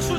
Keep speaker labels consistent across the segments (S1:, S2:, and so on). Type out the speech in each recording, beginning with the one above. S1: 재미있어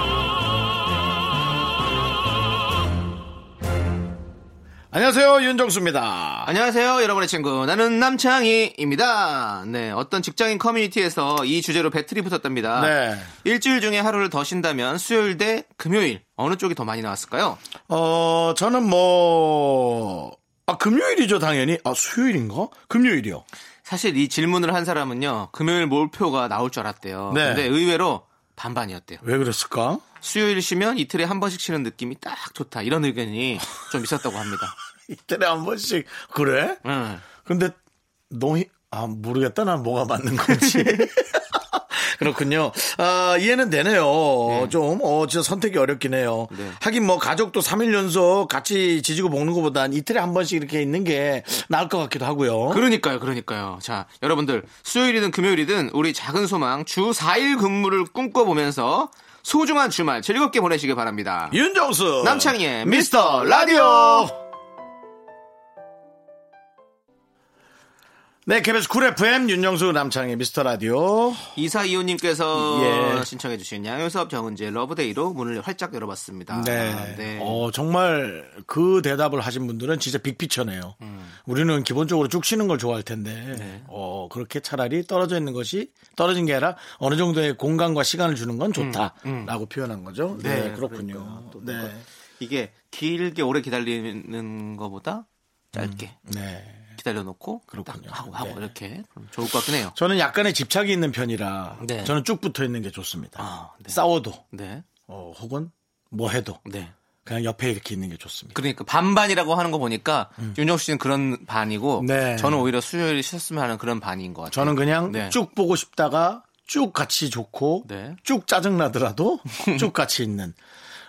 S1: 안녕하세요 윤정수입니다
S2: 안녕하세요, 여러분의 친구. 나는 남창희입니다. 네, 어떤 직장인 커뮤니티에서 이 주제로 배틀이 붙었답니다.
S1: 네.
S2: 일주일 중에 하루를 더 쉰다면 수요일 대 금요일 어느 쪽이 더 많이 나왔을까요?
S1: 어 저는 뭐, 뭐아 금요일이죠 당연히 아 수요일인가 금요일이요
S2: 사실 이 질문을 한 사람은요, 금요일 몰표가 나올 줄 알았대요.
S1: 네.
S2: 근데 의외로 반반이었대요.
S1: 왜 그랬을까
S2: 수요일 쉬면 이틀에 한 번씩 쉬는 느낌이 딱 좋다. 이런 의견이 좀 있었다고 합니다.
S1: 이틀에 한 번씩 그래
S2: 응.
S1: 근데 너희 아 모르겠다 난 뭐가 맞는 건지 그렇군요 아 이해는 되네요 좀어 진짜 선택이 어렵긴 해요
S2: 네.
S1: 하긴 뭐 가족도 3일 연속 같이 지지고 볶는 것보단 이틀에 한 번씩 이렇게 있는 게 나을 것 같기도 하고요
S2: 그러니까요, 그러니까요. 자, 여러분들, 수요일이든 금요일이든 우리 작은 소망 주 4일 근무를 꿈꿔보면서 소중한 주말 즐겁게 보내시길 바랍니다.
S1: 윤정수
S2: 남창희의 미스터 라디오!
S1: 네 KBS 쿨 FM 윤정수 남창희 미스터 라디오
S2: 이사이호님께서
S1: 예.
S2: 신청해주신 양효섭 정은지의 러브데이로 문을 활짝 열어봤습니다.
S1: 네.
S2: 네.
S1: 어, 정말 그 대답을 하신 분들은 진짜 빅피처네요.
S2: 음.
S1: 우리는 기본적으로 쭉 쉬는 걸 좋아할 텐데,
S2: 네.
S1: 어, 그렇게 차라리 떨어져 있는 것이 떨어진 게 아니라 어느 정도의 공간과 시간을 주는 건 좋다라고 표현한 거죠. 네,
S2: 음, 네,
S1: 그렇군요. 네.
S2: 이게 길게 오래 기다리는 것보다 짧게
S1: 네.
S2: 기다려놓고
S1: 그렇군요.
S2: 딱 하고 하고
S1: 네.
S2: 이렇게 그럼 좋을 것 같긴 해요.
S1: 저는 약간의 집착이 있는 편이라
S2: 네.
S1: 저는 쭉 붙어 있는 게 좋습니다.
S2: 아, 네.
S1: 싸워도,
S2: 네.
S1: 어, 혹은 뭐 해도
S2: 네.
S1: 그냥 옆에 이렇게 있는 게 좋습니다.
S2: 그러니까 반반이라고 하는 거 보니까 윤정수 씨는 그런 반이고
S1: 음. 네.
S2: 저는 오히려 수요일에 쉬었으면 하는 그런 반인 것 같아요.
S1: 저는 그냥
S2: 네.
S1: 쭉 보고 싶다가 쭉 같이 좋고
S2: 네.
S1: 쭉 짜증 나더라도 쭉 같이 있는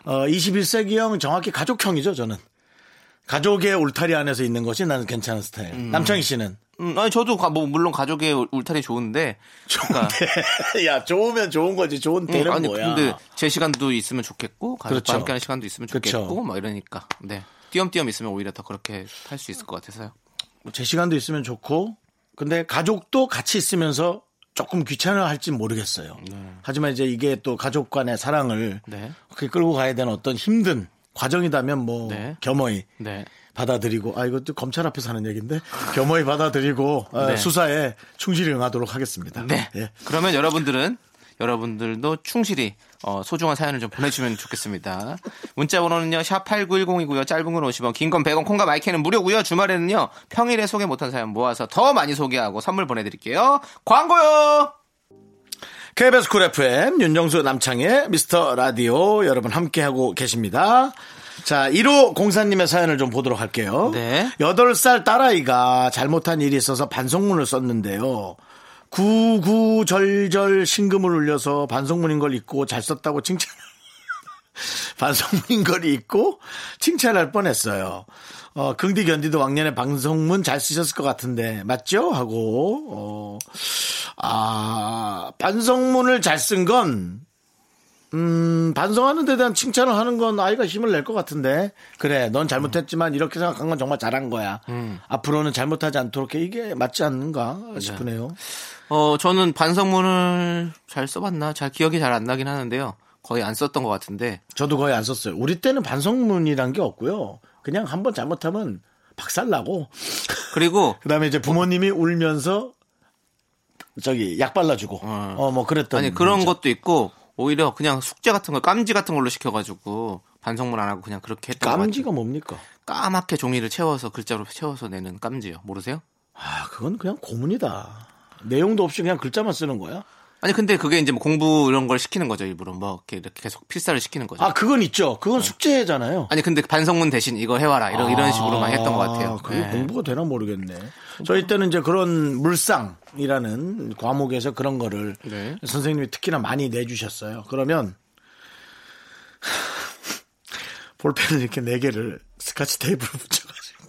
S1: 어 21세기형 정확히 가족형이죠 저는 가족의 울타리 안에서 있는 것이 나는 괜찮은 스타일. 남창희 씨는
S2: 음, 아니 저도 가- 뭐 물론 가족의 울- 울타리 좋은데 그러니까,
S1: 야 좋으면 좋은 거지 좋은
S2: 음,
S1: 때는
S2: 아니
S1: 뭐야.
S2: 근데 제 시간도 있으면 좋겠고 가족과
S1: 그렇죠.
S2: 함께하는 시간도 있으면
S1: 그렇죠.
S2: 좋겠고 막 이러니까 네 띄엄띄엄 있으면 오히려 더 그렇게 할 수 있을 것 같아서요.
S1: 뭐 제 시간도 있으면 좋고 근데 가족도 같이 있으면서 조금 귀찮아할지 모르겠어요. 하지만 이제 이게 또 가족 간의 사랑을
S2: 네.
S1: 그렇게 끌고 가야 되는 어떤 힘든 과정이라면 뭐
S2: 네.
S1: 겸허히
S2: 네.
S1: 받아들이고 아 이것도 검찰 앞에서 하는 얘기인데 겸허히 받아들이고 어,
S2: 네.
S1: 수사에 충실히 응하도록 하겠습니다.
S2: 네.
S1: 예.
S2: 그러면 여러분들은 여러분들도 충실히 어, 소중한 사연을 좀 보내주시면 좋겠습니다. 문자 번호는요. 샵8910이고요. 짧은 건 50원, 긴 건 100원, 콩과 마이크는 무료고요. 주말에는요. 평일에 소개 못한 사연 모아서 더 많이 소개하고 선물 보내드릴게요. 광고요.
S1: KBS 쿨 FM 윤정수 남창의 미스터 라디오 여러분 함께하고 계십니다. 자, 1호 공사님의 사연을 좀 보도록 할게요.
S2: 네.
S1: 8살 딸아이가 잘못한 일이 있어서 반성문을 썼는데요. 구구절절 신금을 울려서 반성문인 걸 읽고 잘 썼다고 칭찬. 반성문인 걸 읽고 칭찬할 뻔했어요. 어, 긍디 견디도 왕년에 반성문 잘 쓰셨을 것 같은데 맞죠? 하고 어, 아 반성문을 잘 쓴 건 음, 반성하는 데 대한 칭찬을 하는 건 아이가 힘을 낼 것 같은데 그래 넌 잘못했지만 이렇게 생각한 건 정말 잘한 거야.
S2: 음.
S1: 앞으로는 잘못하지 않도록 해. 이게 맞지 않는가 싶으네요.
S2: 어, 저는 반성문을 잘 써봤나? 잘 기억이 잘 안 나긴 하는데요. 거의 안 썼던 것 같은데.
S1: 저도 거의 안 썼어요. 우리 때는 반성문이란 게 없고요. 그냥 한번 잘못하면 박살 나고
S2: 그리고
S1: 그다음에 이제 부모님이 울면서 저기 약 발라주고
S2: 어.
S1: 어 뭐 그랬던
S2: 아니 그런
S1: 문제.
S2: 것도 있고 오히려 그냥 숙제 같은 걸 깜지 같은 걸로 시켜가지고 반성문 안 하고 그냥 그렇게 했던 것 같아요.
S1: 깜지가 뭡니까?
S2: 까맣게 종이를 채워서 글자로 채워서 내는 깜지요. 모르세요?
S1: 아 그건 그냥 고문이다. 내용도 없이 그냥 글자만 쓰는 거야?
S2: 아니 근데 그게 이제 뭐 공부 이런 걸 시키는 거죠. 일부러 뭐 이렇게, 이렇게 계속 필사를 시키는 거죠.
S1: 아 그건 있죠. 그건 숙제잖아요.
S2: 아니 근데 반성문 대신 이거 해와라 아, 이런 이런 식으로 많이 했던 것 같아요.
S1: 그게
S2: 네.
S1: 공부가 되나 모르겠네. 저희 때는 이제 그런 물상이라는 과목에서 그런 거를
S2: 네.
S1: 선생님이 특히나 많이 내주셨어요. 그러면 볼펜을 이렇게 네 개를 스카치 테이프로 붙여가지고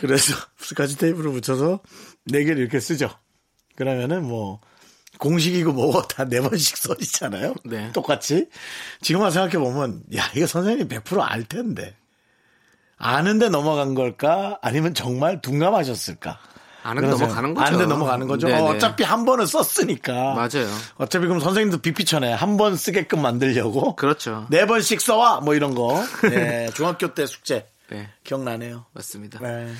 S1: 그래서 스카치 테이프를 붙여서 네 개를 이렇게 쓰죠. 그러면은 뭐 공식이고 뭐고 다 네 번씩 써있잖아요.
S2: 네.
S1: 똑같이. 지금 만 생각해 보면 야 이거 선생님이 100%알 텐데 아는데 넘어간 걸까? 아니면 정말 둔감하셨을까?
S2: 아는데
S1: 그런 생각.
S2: 넘어가는 거죠.
S1: 아는데 넘어가는 거죠.
S2: 네네.
S1: 어, 차피한 번은 썼으니까.
S2: 맞아요.
S1: 어차피 그럼 선생님도 비피천에 한 번 쓰게끔 만들려고.
S2: 그렇죠.
S1: 네 번씩 써와 뭐 이런 거. 네, 중학교 때 숙제
S2: 네,
S1: 기억나네요.
S2: 맞습니다.
S1: 네.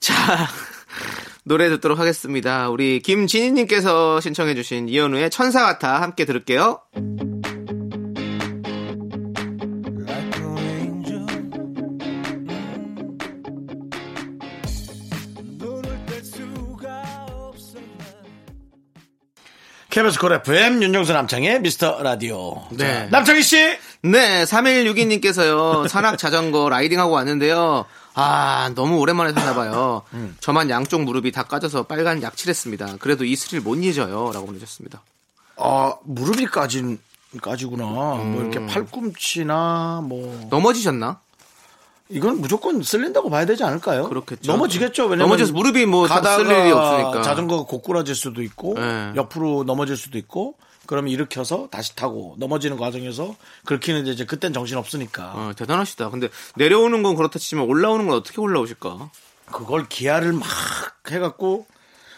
S2: 자, 노래 듣도록 하겠습니다. 우리 김진희님께서 신청해주신 이현우의 천사 같아 함께 들을게요.
S1: KBS 콜 FM 윤정수 남창의 미스터 라디오.
S2: 네.
S1: 자, 남창희 씨.
S2: 네, 3162님께서요, 산악 자전거 라이딩하고 왔는데요. 아, 너무 오랜만에 타나봐요. 저만 양쪽 무릎이 다 까져서 빨간 약칠했습니다. 그래도 이 스릴 못 잊어요. 라고 보내셨습니다.
S1: 아 무릎이 까진 까지구나. 뭐 이렇게 팔꿈치나 뭐
S2: 넘어지셨나?
S1: 이건 무조건 쓸린다고 봐야 되지 않을까요?
S2: 그렇겠죠.
S1: 넘어지겠죠. 왜냐면
S2: 넘어져서 무릎이 뭐다
S1: 가다가
S2: 쓸 일이 없으니까.
S1: 자전거가 고꾸라질 수도 있고
S2: 네.
S1: 옆으로 넘어질 수도 있고 그러면 일으켜서 다시 타고 넘어지는 과정에서 긁히는데 이제 그땐 정신 없으니까
S2: 어, 대단하시다. 근데 내려오는 건 그렇다 치면 올라오는 건 어떻게 올라오실까?
S1: 그걸 기아를 막 해갖고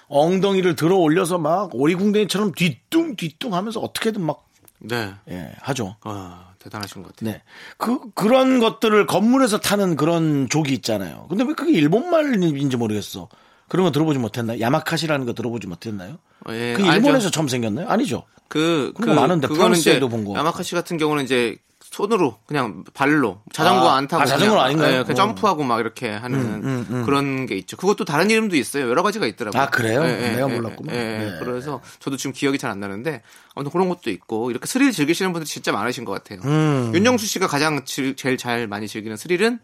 S1: 엉덩이를 들어 올려서 막 오리궁뎅이처럼 뒤뚱 뒤뚱 하면서 어떻게든 막
S2: 네.
S1: 예, 하죠.
S2: 아, 대단하신 것 같아요.
S1: 네. 그, 그런 것들을 건물에서 타는 그런 족이 있잖아요. 근데 왜 그게 일본말인지 모르겠어. 그런 거 들어보지 못했나요? 야마카시라는 거 들어보지 못했나요?
S2: 예,
S1: 그
S2: 알죠.
S1: 일본에서 처음 생겼나요? 아니죠.
S2: 그, 그,
S1: 그런 거 많은데,
S2: 그거는 이제,
S1: 프랑스에도 본 거.
S2: 야마카 씨 같은 경우는 이제, 손으로, 그냥 발로, 자전거
S1: 아,
S2: 안 타고.
S1: 아, 자전거는
S2: 그냥,
S1: 아닌가요?
S2: 예, 그냥
S1: 어. 음,
S2: 점프하고 막 이렇게 하는 그런 게 있죠. 그것도 다른 이름도 있어요. 여러 가지가 있더라고요.
S1: 아, 그래요? 내가 몰랐구만.
S2: 예, 예.
S1: 네.
S2: 그래서 저도 지금 기억이 잘 안 나는데, 아무튼 그런 것도 있고, 이렇게 스릴 즐기시는 분들 진짜 많으신 것 같아요.
S1: 음.
S2: 윤영수 씨가 가장 질- 제일 잘 많이 즐기는 스릴은?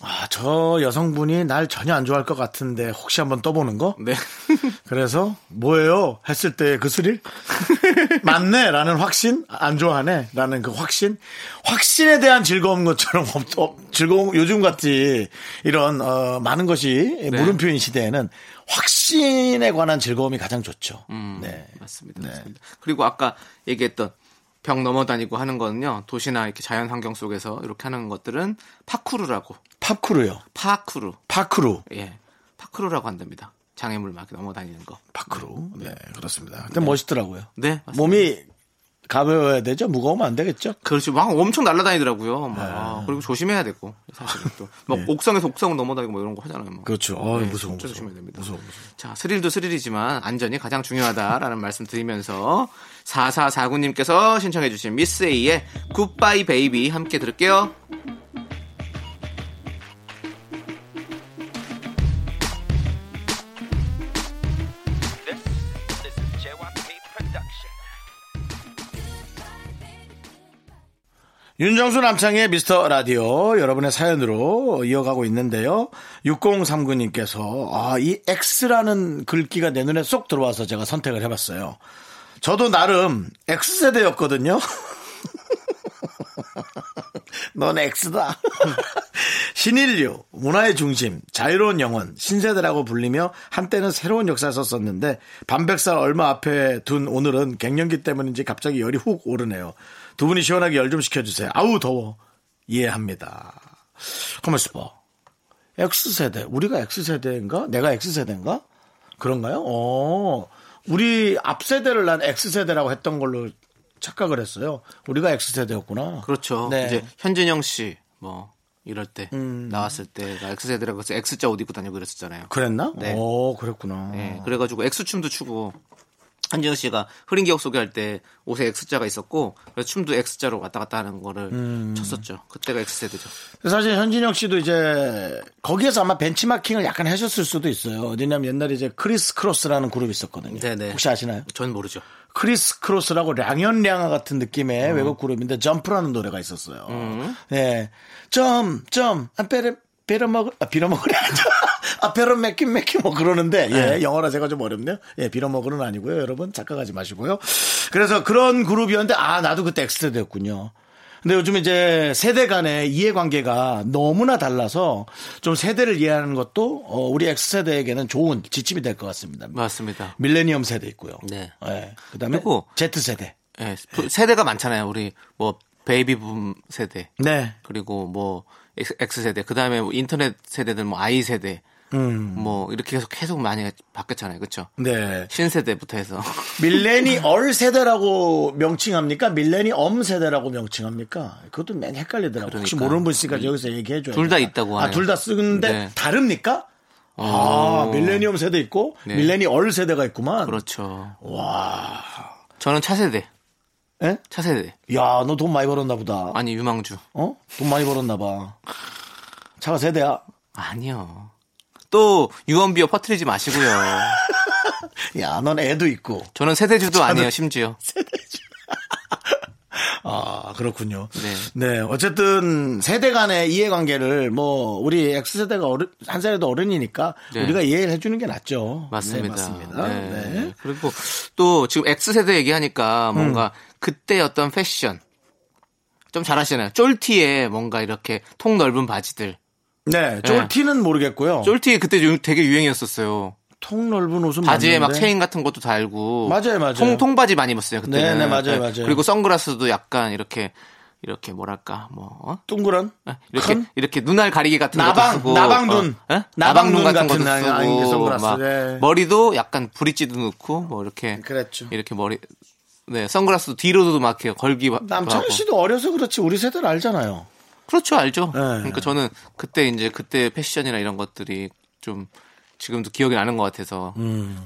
S1: 아, 저 여성분이 날 전혀 안 좋아할 것 같은데 혹시 한번 떠보는 거?
S2: 네.
S1: 그래서 뭐예요? 했을 때 그 스릴? 맞네? 라는 확신? 안 좋아하네? 라는 그 확신? 확신에 대한 즐거운 것처럼 없, 없, 즐거운, 요즘 같이 이런, 어, 많은 것이 물음표인 시대에는 확신에 관한 즐거움이 가장 좋죠. 네.
S2: 음, 맞습니다. 맞습니다. 그리고 아까 얘기했던 벽 넘어 다니고 하는 거는요, 도시나 이렇게 자연 환경 속에서 이렇게 하는 것들은 파쿠르라고.
S1: 파크루요.
S2: 파쿠르.
S1: 파크루.
S2: 예. 파크로라고 한답니다. 장애물 막 넘어다니는 거.
S1: 파크루. 네, 그렇습니다. 근데 멋있더라고요.
S2: 네. 맞습니다.
S1: 몸이 가벼워야 되죠? 무거우면 안 되겠죠?
S2: 그렇지. 막 엄청 날아다니더라고요. 막.
S1: 네.
S2: 그리고 조심해야 되고. 사실은 또. 막 옥상에서 옥상으로 넘어다니고 뭐 이런 거 하잖아요. 막.
S1: 예. 그렇죠. 어, 무서워,
S2: 진짜
S1: 무서워.
S2: 조심해야 됩니다.
S1: 무서워, 무서워.
S2: 자, 스릴도 스릴이지만 안전이 가장 중요하다라는 말씀 드리면서 4449님께서 신청해주신 미스 A의 굿바이 베이비 함께 들을게요.
S1: 윤정수 남창의 미스터 라디오 여러분의 사연으로 이어가고 있는데요. 6039님께서 아, 이 X라는 글귀가 내 눈에 쏙 들어와서 제가 선택을 해봤어요. 저도 나름 X세대였거든요. 넌 X다. 신인류, 문화의 중심, 자유로운 영혼, 신세대라고 불리며 한때는 새로운 역사에 썼었는데 반백살 얼마 앞에 둔 오늘은 갱년기 때문인지 갑자기 열이 훅 오르네요. 두 분이 시원하게 열 좀 식혀주세요. 아우 더워. 이해합니다. 가만있어봐. X세대. 우리가 X세대인가? 내가 X세대인가? 그런가요? 어. 우리 앞세대를 난 X세대라고 했던 걸로 착각을 했어요. 우리가 X세대였구나.
S2: 그렇죠.
S1: 네.
S2: 이제 현진영 씨, 뭐, 이럴 때 나왔을 때나 X세대라고 해서 X자 옷 입고 다니고 음. 그랬었잖아요.
S1: 그랬나?
S2: 네.
S1: 오, 그랬구나.
S2: 예, 그래가지고 엑스춤도 추고 한지영 씨가 흐린 기억 소개할 때 옷에 X자가 있었고 그래서 춤도 X자로 왔다 갔다 하는 거를 쳤었죠. 그때가 X세대죠.
S1: 사실 현진영 씨도 이제 거기에서 아마 벤치마킹을 약간 하셨을 수도 있어요. 왜냐면 옛날에 이제 크리스 크로스라는 그룹이 있었거든요.
S2: 네네.
S1: 혹시 아시나요?
S2: 전 모르죠.
S1: 크리스 크로스라고 량연량아 같은 느낌의 외국 그룹인데 점프라는 노래가 있었어요. 네. 점, 점, 아, 베르, 베르먹을, 아, 빌어먹으래. 아, 베르맥긴 맥긴 뭐 그러는데, 예, 영어라 제가 좀 어렵네요. 예, 빌어먹으는 아니고요. 여러분, 착각하지 마시고요. 그래서 그런 그룹이었는데, 아, 나도 그때 엑스트였군요. 근데 요즘 이제 세대 간의 이해관계가 너무나 달라서 좀 세대를 이해하는 것도 어, 우리 X세대에게는 좋은 지침이 될 것 같습니다.
S2: 맞습니다.
S1: 밀레니엄 세대 있고요.
S2: 네.
S1: 예, 그다음에
S2: 그리고
S1: Z세대.
S2: 예, 부- 세대가 많잖아요. 우리 뭐 베이비붐 세대
S1: 네. 그리고
S2: 그리고 뭐 X- X 세대 그다음에 뭐 인터넷 세대들 뭐 I 세대 뭐 이렇게 계속 계속 많이 바뀌었잖아요. 그렇죠?
S1: 네.
S2: 신세대부터 해서
S1: 밀레니얼 세대라고 명칭합니까? 밀레니엄 세대라고 명칭합니까? 그것도 맨 헷갈리더라고요. 혹시
S2: 그러니까.
S1: 모르는 분 있으니까 여기서 얘기해 줘요.
S2: 둘다 있다고
S1: 아,
S2: 하네요.
S1: 둘 다 쓰는데
S2: 네.
S1: 다릅니까? 아,
S2: 오.
S1: 밀레니엄 세대 있고
S2: 네.
S1: 밀레니얼 세대가 있구만.
S2: 그렇죠.
S1: 와.
S2: 저는 차세대.
S1: 예?
S2: 차세대.
S1: 야, 너 돈 많이 벌었나 보다.
S2: 아니 유망주.
S1: 어? 돈 많이 벌었나 봐. 차가 세대야.
S2: 아니요. 또 유언비어 퍼뜨리지 마시고요.
S1: 야, 넌 애도 있고.
S2: 저는 세대주도 아니에요, 심지어.
S1: 아, 그렇군요.
S2: 네.
S1: 네. 어쨌든 세대 간의 이해관계를 뭐 우리 X세대가 어른, 한 살에도 어른이니까
S2: 네.
S1: 우리가 이해를 해주는 게 낫죠.
S2: 맞습니다.
S1: 네, 맞습니다.
S2: 네.
S1: 네.
S2: 그리고 또 지금 X세대 얘기하니까 뭔가 그때 어떤 패션 좀 잘하시나요? 쫄티에 뭔가 이렇게 통 넓은 바지들.
S1: 네, 쫄티는 모르겠고요.
S2: 쫄티 그때 유- 되게 유행이었었어요.
S1: 통 넓은 옷은
S2: 바지에 막
S1: 맞는데.
S2: 체인 같은 것도 달고.
S1: 맞아요, 맞아요.
S2: 통, 통바지 많이 입었어요, 그때.
S1: 네, 네, 맞아요, 맞아요.
S2: 그리고 선글라스도 약간 이렇게, 이렇게 뭐랄까, 뭐, 어?
S1: 둥그런
S2: 이렇게
S1: 큰?
S2: 이렇게 눈알 가리개 같은
S1: 나방,
S2: 것도 쓰고
S1: 나방눈.
S2: 어, 어?
S1: 나방눈
S2: 나방눈 같은 것도
S1: 같은 아, 이게
S2: 쓰고
S1: 선글라스,
S2: 막
S1: 네.
S2: 머리도 약간 브릿지도 넣고 뭐 이렇게
S1: 그랬죠.
S2: 이렇게 머리 네 선글라스도 뒤로도 막 이렇게 걸기
S1: 남창희
S2: 하고.
S1: 씨도 어려서 그렇지 우리 세대를 알잖아요.
S2: 그렇죠 알죠
S1: 네.
S2: 그러니까 저는 그때 이제 그때 패션이나 이런 것들이 좀 지금도 기억이 나는 것 같아서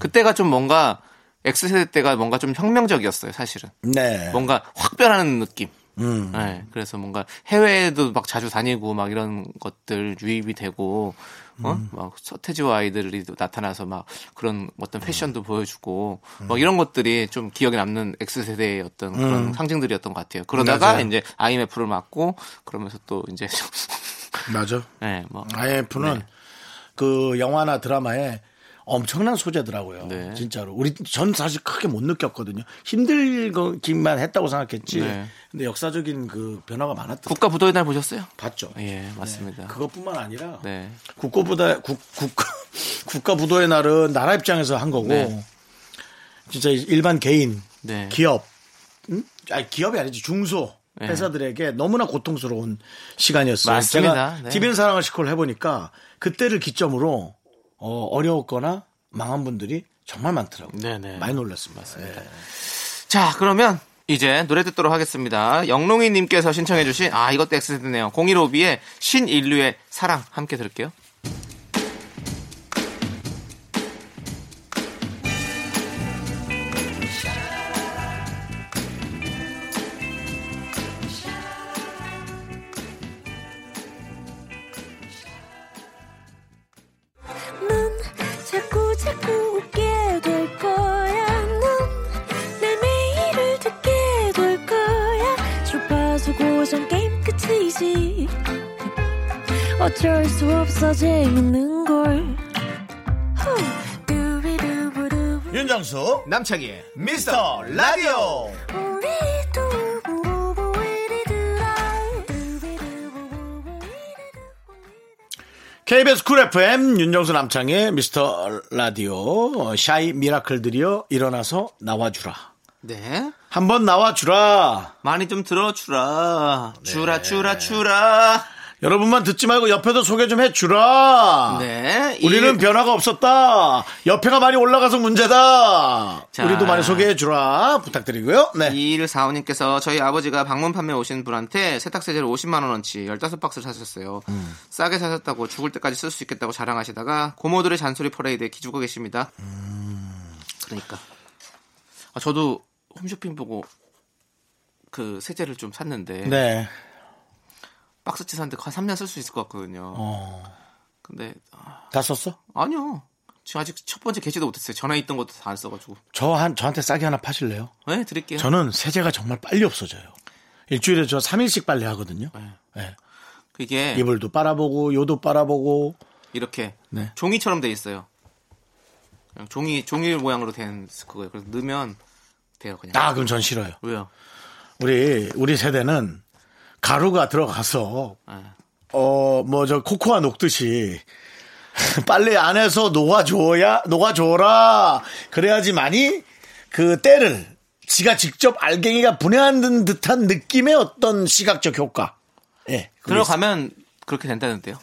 S2: 그때가 좀 뭔가 X 세대 때가 뭔가 좀 혁명적이었어요 사실은
S1: 네.
S2: 뭔가 확 변하는 느낌.
S1: 음.
S2: 네, 그래서 뭔가 해외에도 막 자주 다니고 막 이런 것들 유입이 되고 어?
S1: 음.
S2: 막 서태지와 아이들이 나타나서 막 그런 어떤 패션도
S1: 음.
S2: 보여주고 막 이런 것들이 좀 기억에 남는 X세대의 어떤 그런 상징들이었던 것 같아요.
S1: 음.
S2: 그러다가
S1: 맞아요.
S2: 이제 IMF를 맞고 그러면서 또 이제
S1: 맞아.
S2: 네, 뭐
S1: IMF는 그 영화나 드라마에 엄청난 소재더라고요.
S2: 네.
S1: 진짜로. 우리 전 사실 크게 못 느꼈거든요. 힘들기만 했다고 생각했지.
S2: 네.
S1: 근데 역사적인 그 변화가 많았던
S2: 국가 부도의 날 보셨어요?
S1: 봤죠.
S2: 예, 맞습니다.
S1: 그것뿐만 아니라
S2: 네.
S1: 국고보다 국, 국가 국가 부도의 날은 나라 입장에서 한 거고
S2: 네.
S1: 진짜 일반 개인,
S2: 네.
S1: 기업, 음? 아니 기업이 아니지 중소
S2: 네.
S1: 회사들에게 너무나 고통스러운 시간이었어요.
S2: 맞습니다.
S1: 제가
S2: 네.
S1: TVN 사랑을 시콜 해보니까 그때를 기점으로 어, 어려웠거나 망한 분들이 정말 많더라고요.
S2: 네, 네.
S1: 많이 놀랐습니다. 예.
S2: 자, 그러면 이제 노래 듣도록 하겠습니다. 영롱이 님께서 신청해 주신 아, 이것도 엑스세트네요. 015B의 신인류의 사랑 함께 들을게요.
S3: 넌 자꾸 자꾸 웃게 될 거야. 넌내 매일을 듣게 될 거야. 주파수 고정 게임 끝이지. 어쩔 수 없어 재밌는 걸. 후. 두비두부두부.
S1: 윤정수 남창희 미스터 라디오
S3: 우리 두부부부 우리 두라. 두비두부부부 우리 두부부.
S1: KBS 쿨 FM 윤정수 남창의 미스터 라디오 샤이 미라클들이여 일어나서 나와주라
S2: 네.
S1: 한번 나와주라
S2: 많이 좀 들어주라.
S1: 네.
S2: 주라, 주라, 주라.
S1: 여러분만 듣지 말고 옆에도 소개 좀 해주라
S2: 네.
S1: 아,
S2: 이-
S1: 우리는 변화가 없었다 옆에가 많이 올라가서 문제다
S2: 자.
S1: 우리도 많이 소개해주라 부탁드리고요 네.
S2: 2145님께서 저희 아버지가 방문 판매 오신 분한테 세탁세제를 50만원어치 15박스를 사셨어요.
S1: 음.
S2: 싸게 사셨다고 죽을 때까지 쓸 수 있겠다고 자랑하시다가 고모들의 잔소리 퍼레이드에 기죽어 계십니다.
S1: 음.
S2: 그러니까. 아, 저도 홈쇼핑 보고 그 세제를 좀 샀는데
S1: 네.
S2: 박스치 샀는데 한 3년 쓸 수 있을 것 같거든요.
S1: 어.
S2: 근데
S1: 다 썼어?
S2: 아, 니요 지금 아직 첫 번째 게시도 못했어요. 전에 있던 것도 다 안 써가지고.
S1: 저 한, 저한테 싸게 하나 파실래요?
S2: 네, 드릴게요.
S1: 저는 세제가 정말 빨리 없어져요 일주일에 저 3일씩 빨래 하거든요 네.
S2: 그게
S1: 이불도 빨아보고 요도 빨아보고
S2: 이렇게
S1: 네.
S2: 종이처럼 돼 있어요. 그냥 종이 종이 모양으로 된 그거예요. 그래서 넣으면 돼요 그냥.
S1: 아 그럼 전 싫어요
S2: 왜요?
S1: 우리 우리 세대는 가루가 들어가서
S2: 아.
S1: 어 뭐 저 코코아 녹듯이 빨리 안에서 녹아줘야 녹아줘라 그래야지만이 그 때를 지가 직접 알갱이가 분해하는 듯한 느낌의 어떤 시각적 효과 예 그게
S2: 들어가면 그렇게 된다는데요.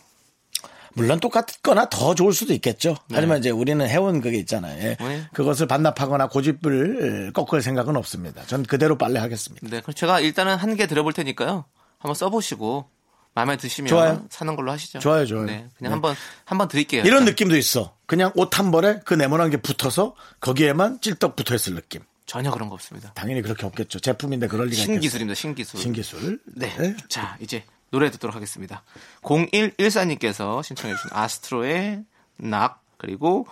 S1: 물론 똑같거나 더 좋을 수도 있겠죠. 하지만 이제 우리는 해온 그게 있잖아요. 예.
S2: 네.
S1: 그것을 반납하거나 고집을 꺾을 생각은 없습니다. 전 그대로 빨래하겠습니다.
S2: 네, 그럼 제가 일단은 한 개 들어볼 테니까요. 한번 써보시고 마음에 드시면
S1: 좋아요.
S2: 사는 걸로 하시죠.
S1: 좋아요, 좋아요.
S2: 네,
S1: 네.
S2: 그냥 한번 한번 드릴게요.
S1: 이런 느낌도 있어. 그냥 옷 한 벌에 그 네모난 게 붙어서 거기에만 찔떡 붙어 있을 느낌.
S2: 전혀 그런 거 없습니다.
S1: 당연히 그렇게 없겠죠. 제품인데 그럴 리가 있겠어요.
S2: 신기술입니다, 신기술.
S1: 신기술.
S2: 네. 자, 이제 노래 듣도록 하겠습니다. 0114님께서 신청해주신 아스트로의 낙, 그리고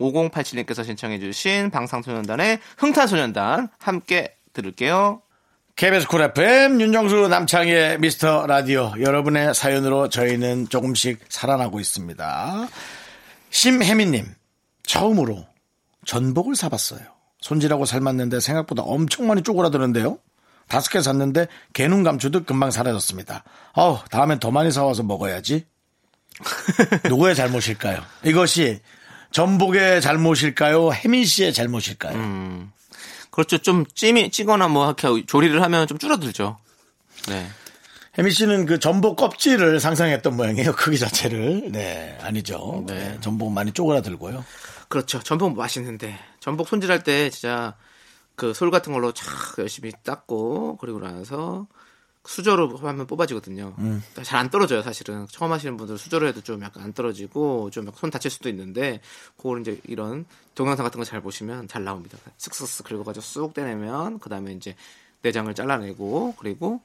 S2: 5087님께서 신청해주신 방상소년단의 흥탄소년단 함께 들을게요.
S1: KBS 쿨 FM 윤정수 남창희의 미스터 라디오 여러분의 사연으로 저희는 조금씩 살아나고 있습니다. 심혜민님 처음으로 전복을 사봤어요. 손질하고 삶았는데 생각보다 엄청 많이 쪼그라드는데요. 다섯 개 샀는데 개눈 감추듯 금방 사라졌습니다. 어우 다음엔 더 많이 사와서 먹어야지. 누구의 잘못일까요? 이것이 전복의 잘못일까요? 혜민 씨의 잘못일까요?
S2: 그렇죠. 좀 찜이, 찌거나 뭐 이렇게 조리를 하면 좀 줄어들죠. 네.
S1: 혜미 씨는 그 전복 껍질을 상상했던 모양이에요. 크기 자체를. 네, 아니죠. 네, 전복 많이 쪼그라들고요.
S2: 그렇죠. 전복 맛있는데 전복 손질할 때 진짜 그 솔 같은 걸로 촥 열심히 닦고 그리고 나서 수저로 하면 뽑아지거든요. 그러니까 잘 안 떨어져요, 사실은. 처음 하시는 분들 수저로 해도 좀 약간 안 떨어지고 좀 약간 손 다칠 수도 있는데 그걸 이제 이런 동영상 같은 거 잘 보시면 잘 나옵니다. 슥슥슥 긁어가지고 쑥 떼내면 그 다음에 이제 내장을 잘라내고 그리고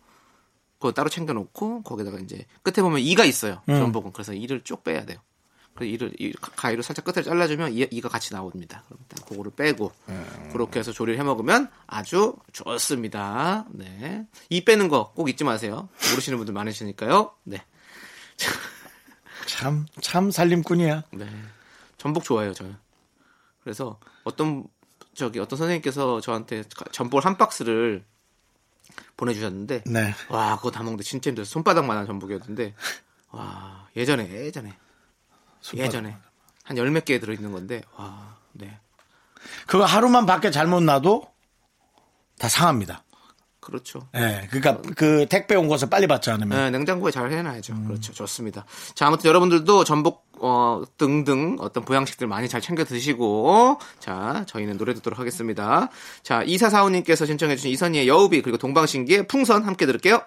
S2: 그거 따로 챙겨놓고 거기다가 이제 끝에 보면 이가 있어요. 전복은 그래서 이를 쭉 빼야 돼요. 그 이를 이 가- 가위로 살짝 끝을 잘라주면 이, 이가 같이 나옵니다. 그럼 딱 그거를 빼고 그렇게 해서 조리를 해 먹으면 아주 좋습니다. 네, 이 빼는 거 꼭 잊지 마세요. 모르시는 분들 많으시니까요. 네,
S1: 참, 참 살림꾼이야.
S2: 네, 전복 좋아해요 저는. 그래서 어떤 저기 어떤 선생님께서 저한테 가- 전복을 한 박스를 보내주셨는데
S1: 네.
S2: 와 그거 다 먹는데 진짜 힘들어요. 손바닥만한 전복이었는데 와 예전에 예전에 예전에 한 열 몇 개 들어있는 건데 와 네.
S1: 그거 하루만 밖에 잘못 놔도 다 상합니다.
S2: 그렇죠.
S1: 예, 그니까 그 택배 온 것을 빨리 받지 않으면.
S2: 네, 냉장고에 잘 해놔야죠. 그렇죠. 좋습니다. 자, 아무튼 여러분들도 전복 어, 등등 어떤 보양식들 많이 잘 챙겨 드시고 자, 저희는 노래 듣도록 하겠습니다. 자, 이사사우님께서 신청해주신 이선희의 여우비 그리고 동방신기의 풍선 함께 들을게요.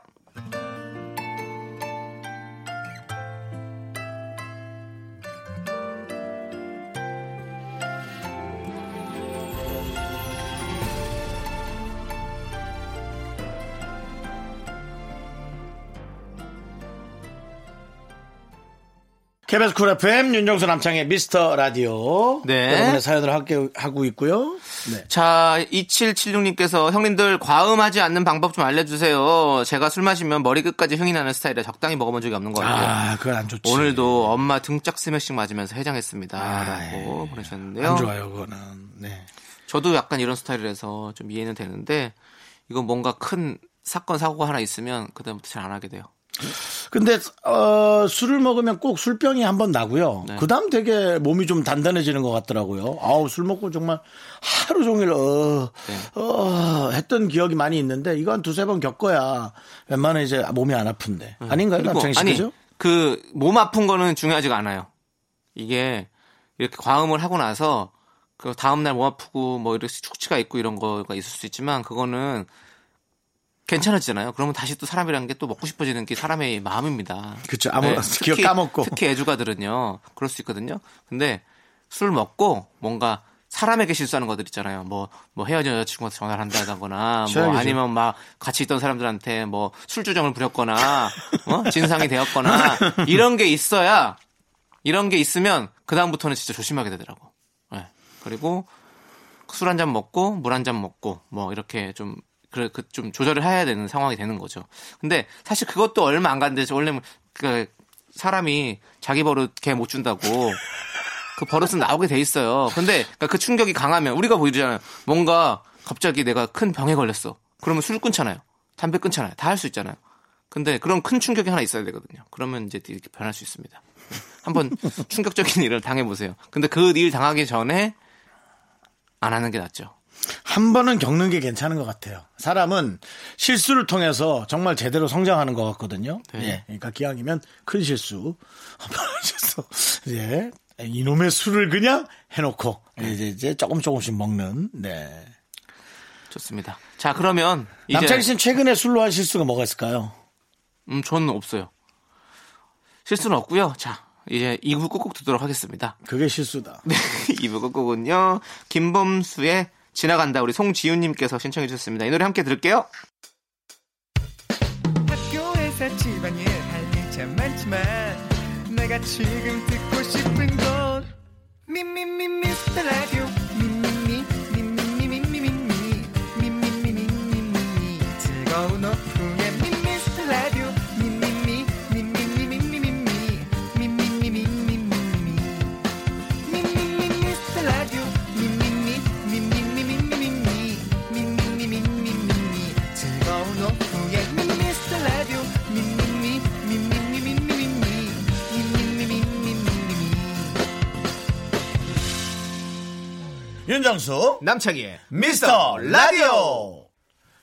S1: KBS 쿨 FM 윤정수 남창의 미스터 라디오.
S2: 네.
S1: 여러분의 사연을 함께 하고 있고요. 네.
S2: 자, 2776님께서 형님들 과음하지 않는 방법 좀 알려주세요. 제가 술 마시면 머리 끝까지 흥이 나는 스타일이라 적당히 먹어본 적이 없는 것 같아요.
S1: 아, 그건 안 좋지.
S2: 오늘도 엄마 등짝 스매싱 맞으면서 해장했습니다. 라고 보내셨는데요.
S1: 아, 예. 안 좋아요, 그거는. 네.
S2: 저도 약간 이런 스타일이라서 좀 이해는 되는데 이건 뭔가 큰 사건 사고가 하나 있으면 그다음부터 잘 안 하게 돼요.
S1: 근데 어, 술을 먹으면 꼭 술병이 한 번 나고요.
S2: 네.
S1: 그다음 되게 몸이 좀 단단해지는 것 같더라고요. 아우 술 먹고 정말 하루 종일 어,
S2: 네.
S1: 어 했던 기억이 많이 있는데 이거 한 두세 번 겪어야 웬만하면 이제 몸이 안 네. 아픈데 아닌가요,
S2: 음. 그리고
S1: 남창희 씨?
S2: 아니
S1: 그죠?
S2: 그 몸 아픈 거는 중요하지가 않아요. 이게 이렇게 과음을 하고 나서 그 다음 날 몸 아프고 뭐 이렇게 축치가 있고 이런 거가 있을 수 있지만 그거는 괜찮아지잖아요. 그러면 다시 또 사람이라는 게 또 먹고 싶어지는 게 사람의 마음입니다.
S1: 그쵸. 그렇죠. 아무- 기억 까먹고.
S2: 네. 특히 애주가들은요. 그럴 수 있거든요. 근데 술 먹고 뭔가 사람에게 실수하는 것들 있잖아요. 뭐, 뭐 헤어진 여자친구한테 전화를 한다거나, 뭐
S1: 최악이죠.
S2: 아니면 막 같이 있던 사람들한테 뭐 술주정을 부렸거나, 어? 진상이 되었거나, 이런 게 있어야, 이런 게 있으면 그다음부터는 진짜 조심하게 되더라고. 예. 그리고 술 한 잔 먹고 물 한 잔 먹고 뭐 이렇게 좀 그래 그 좀 조절을 해야 되는 상황이 되는 거죠. 근데 사실 그것도 얼마 안 갔는데 원래 그 사람이 자기 버릇 개 못 준다고 그 버릇은 나오게 돼 있어요. 근데 그러니까 그 충격이 강하면 우리가 보이잖아요. 뭔가 갑자기 내가 큰 병에 걸렸어. 그러면 술 끊잖아요. 담배 끊잖아요. 다 할 수 있잖아요. 근데 그런 큰 충격이 하나 있어야 되거든요. 그러면 이제 이렇게 변할 수 있습니다. 한번 충격적인 일을 당해보세요. 근데 그 일 당하기 전에 안 하는 게 낫죠.
S1: 한 번은 겪는 게 괜찮은 것 같아요. 사람은 실수를 통해서 정말 제대로 성장하는 것 같거든요.
S2: 네.
S1: 예. 그러니까 기왕이면 큰 실수 한번 하셔서 예. 이놈의 술을 그냥 해놓고 이제, 이제 조금 조금씩 먹는. 네.
S2: 좋습니다. 자, 그러면 이제
S1: 남창희 씨는 최근에 술로 한 실수가 뭐가 있을까요?
S2: 음, 저는 없어요. 실수는 없고요. 자, 이제 2부 꼭꼭 듣도록 하겠습니다.
S1: 그게 실수다.
S2: 네, 2부 꼭꼭은요. 김범수의 지나간다 우리 송지윤님께서 신청해 주셨습니다. 이 노래 함께 들을게요.
S4: 학교에서 집안일 할 일 참 많지만 내가 지금 듣고 싶은 건 미미미 미스터 라디오 미미미 미미미 미미미 미미미 미미미 미미미 즐거운 오후에 미스터 라디오 미미미 미미미 미미미 미미미 미미미 미미미
S1: 윤정수
S2: 남창희의
S1: 미스터 라디오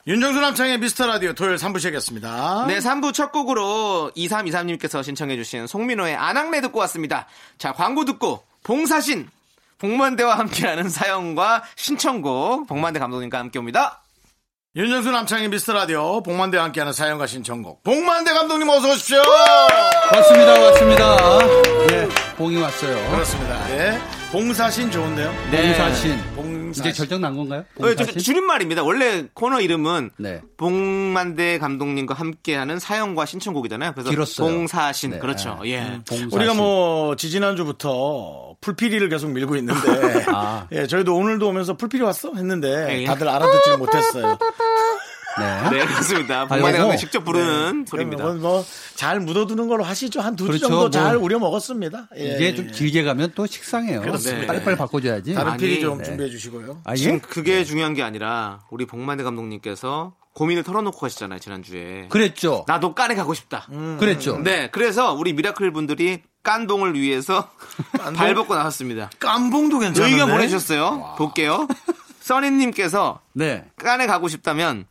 S1: 윤정수 남창의 미스터 라디오 토요일 3부 시작했습니다.
S2: 네, 3부 첫 곡으로 2323님께서 신청해주신 송민호의 안악내 듣고 왔습니다. 자, 광고 듣고 봉사신, 복만대와 함께하는 사연과 신청곡, 복만대 감독님과 함께 옵니다.
S1: 윤정수 남창의 미스터 라디오 복만대와 함께하는 사연과 신청곡 복만대 감독님 어서 오십시오.
S5: 왔습니다, 왔습니다. 봉이 왔어요.
S1: 그렇습니다. 예. 봉사신 좋은데요.
S2: 네.
S5: 그 봉사신.
S1: 봉사신.
S5: 네. 이제 결정 난 건가요?
S2: 어, 저-
S5: 봉사신?
S2: 줄임말입니다. 원래 코너 이름은
S5: 네.
S2: 봉만대 감독님과 함께하는 사연과 신청곡이잖아요. 그래서
S5: 길었어요.
S2: 봉사신,
S5: 네.
S2: 그렇죠. 예.
S5: 봉사신.
S1: 우리가 뭐 지지난주부터 풀피리를 계속 밀고 있는데
S5: 아.
S1: 예, 저희도 오늘도 오면서 풀피리 왔어 했는데
S2: 예.
S1: 다들 알아듣지를 못했어요.
S5: 네.
S2: 네, 그렇습니다. 복만대
S5: 요거.
S2: 감독님 직접 부르는 소리입니다.
S1: 그러면 뭐잘 묻어두는 걸로 하시죠. 한 두 주
S5: 그렇죠.
S1: 정도
S5: 뭐.
S1: 잘 우려 먹었습니다. 예.
S2: 네.
S5: 이게 좀 길게 가면 또 식상해요.
S1: 그렇습니다.
S5: 빨리빨리 바꿔줘야지.
S1: 다른
S2: 아니,
S1: 피리 좀
S5: 네.
S1: 준비해 주시고요.
S5: 아,
S2: 지금
S5: 예?
S2: 그게 중요한 게 아니라 우리 복만대 감독님께서 고민을 털어놓고 가시잖아요 지난주에
S5: 그랬죠.
S2: 나도 깐에 가고 싶다
S5: 그랬죠.
S2: 네 그래서 우리 미라클 분들이 깐봉을 위해서 발벗고 나왔습니다
S1: 깜봉도 괜찮은데.
S2: 의견 보내주셨어요 볼게요 써니님께서
S5: 네.
S2: 깐에 가고 싶다면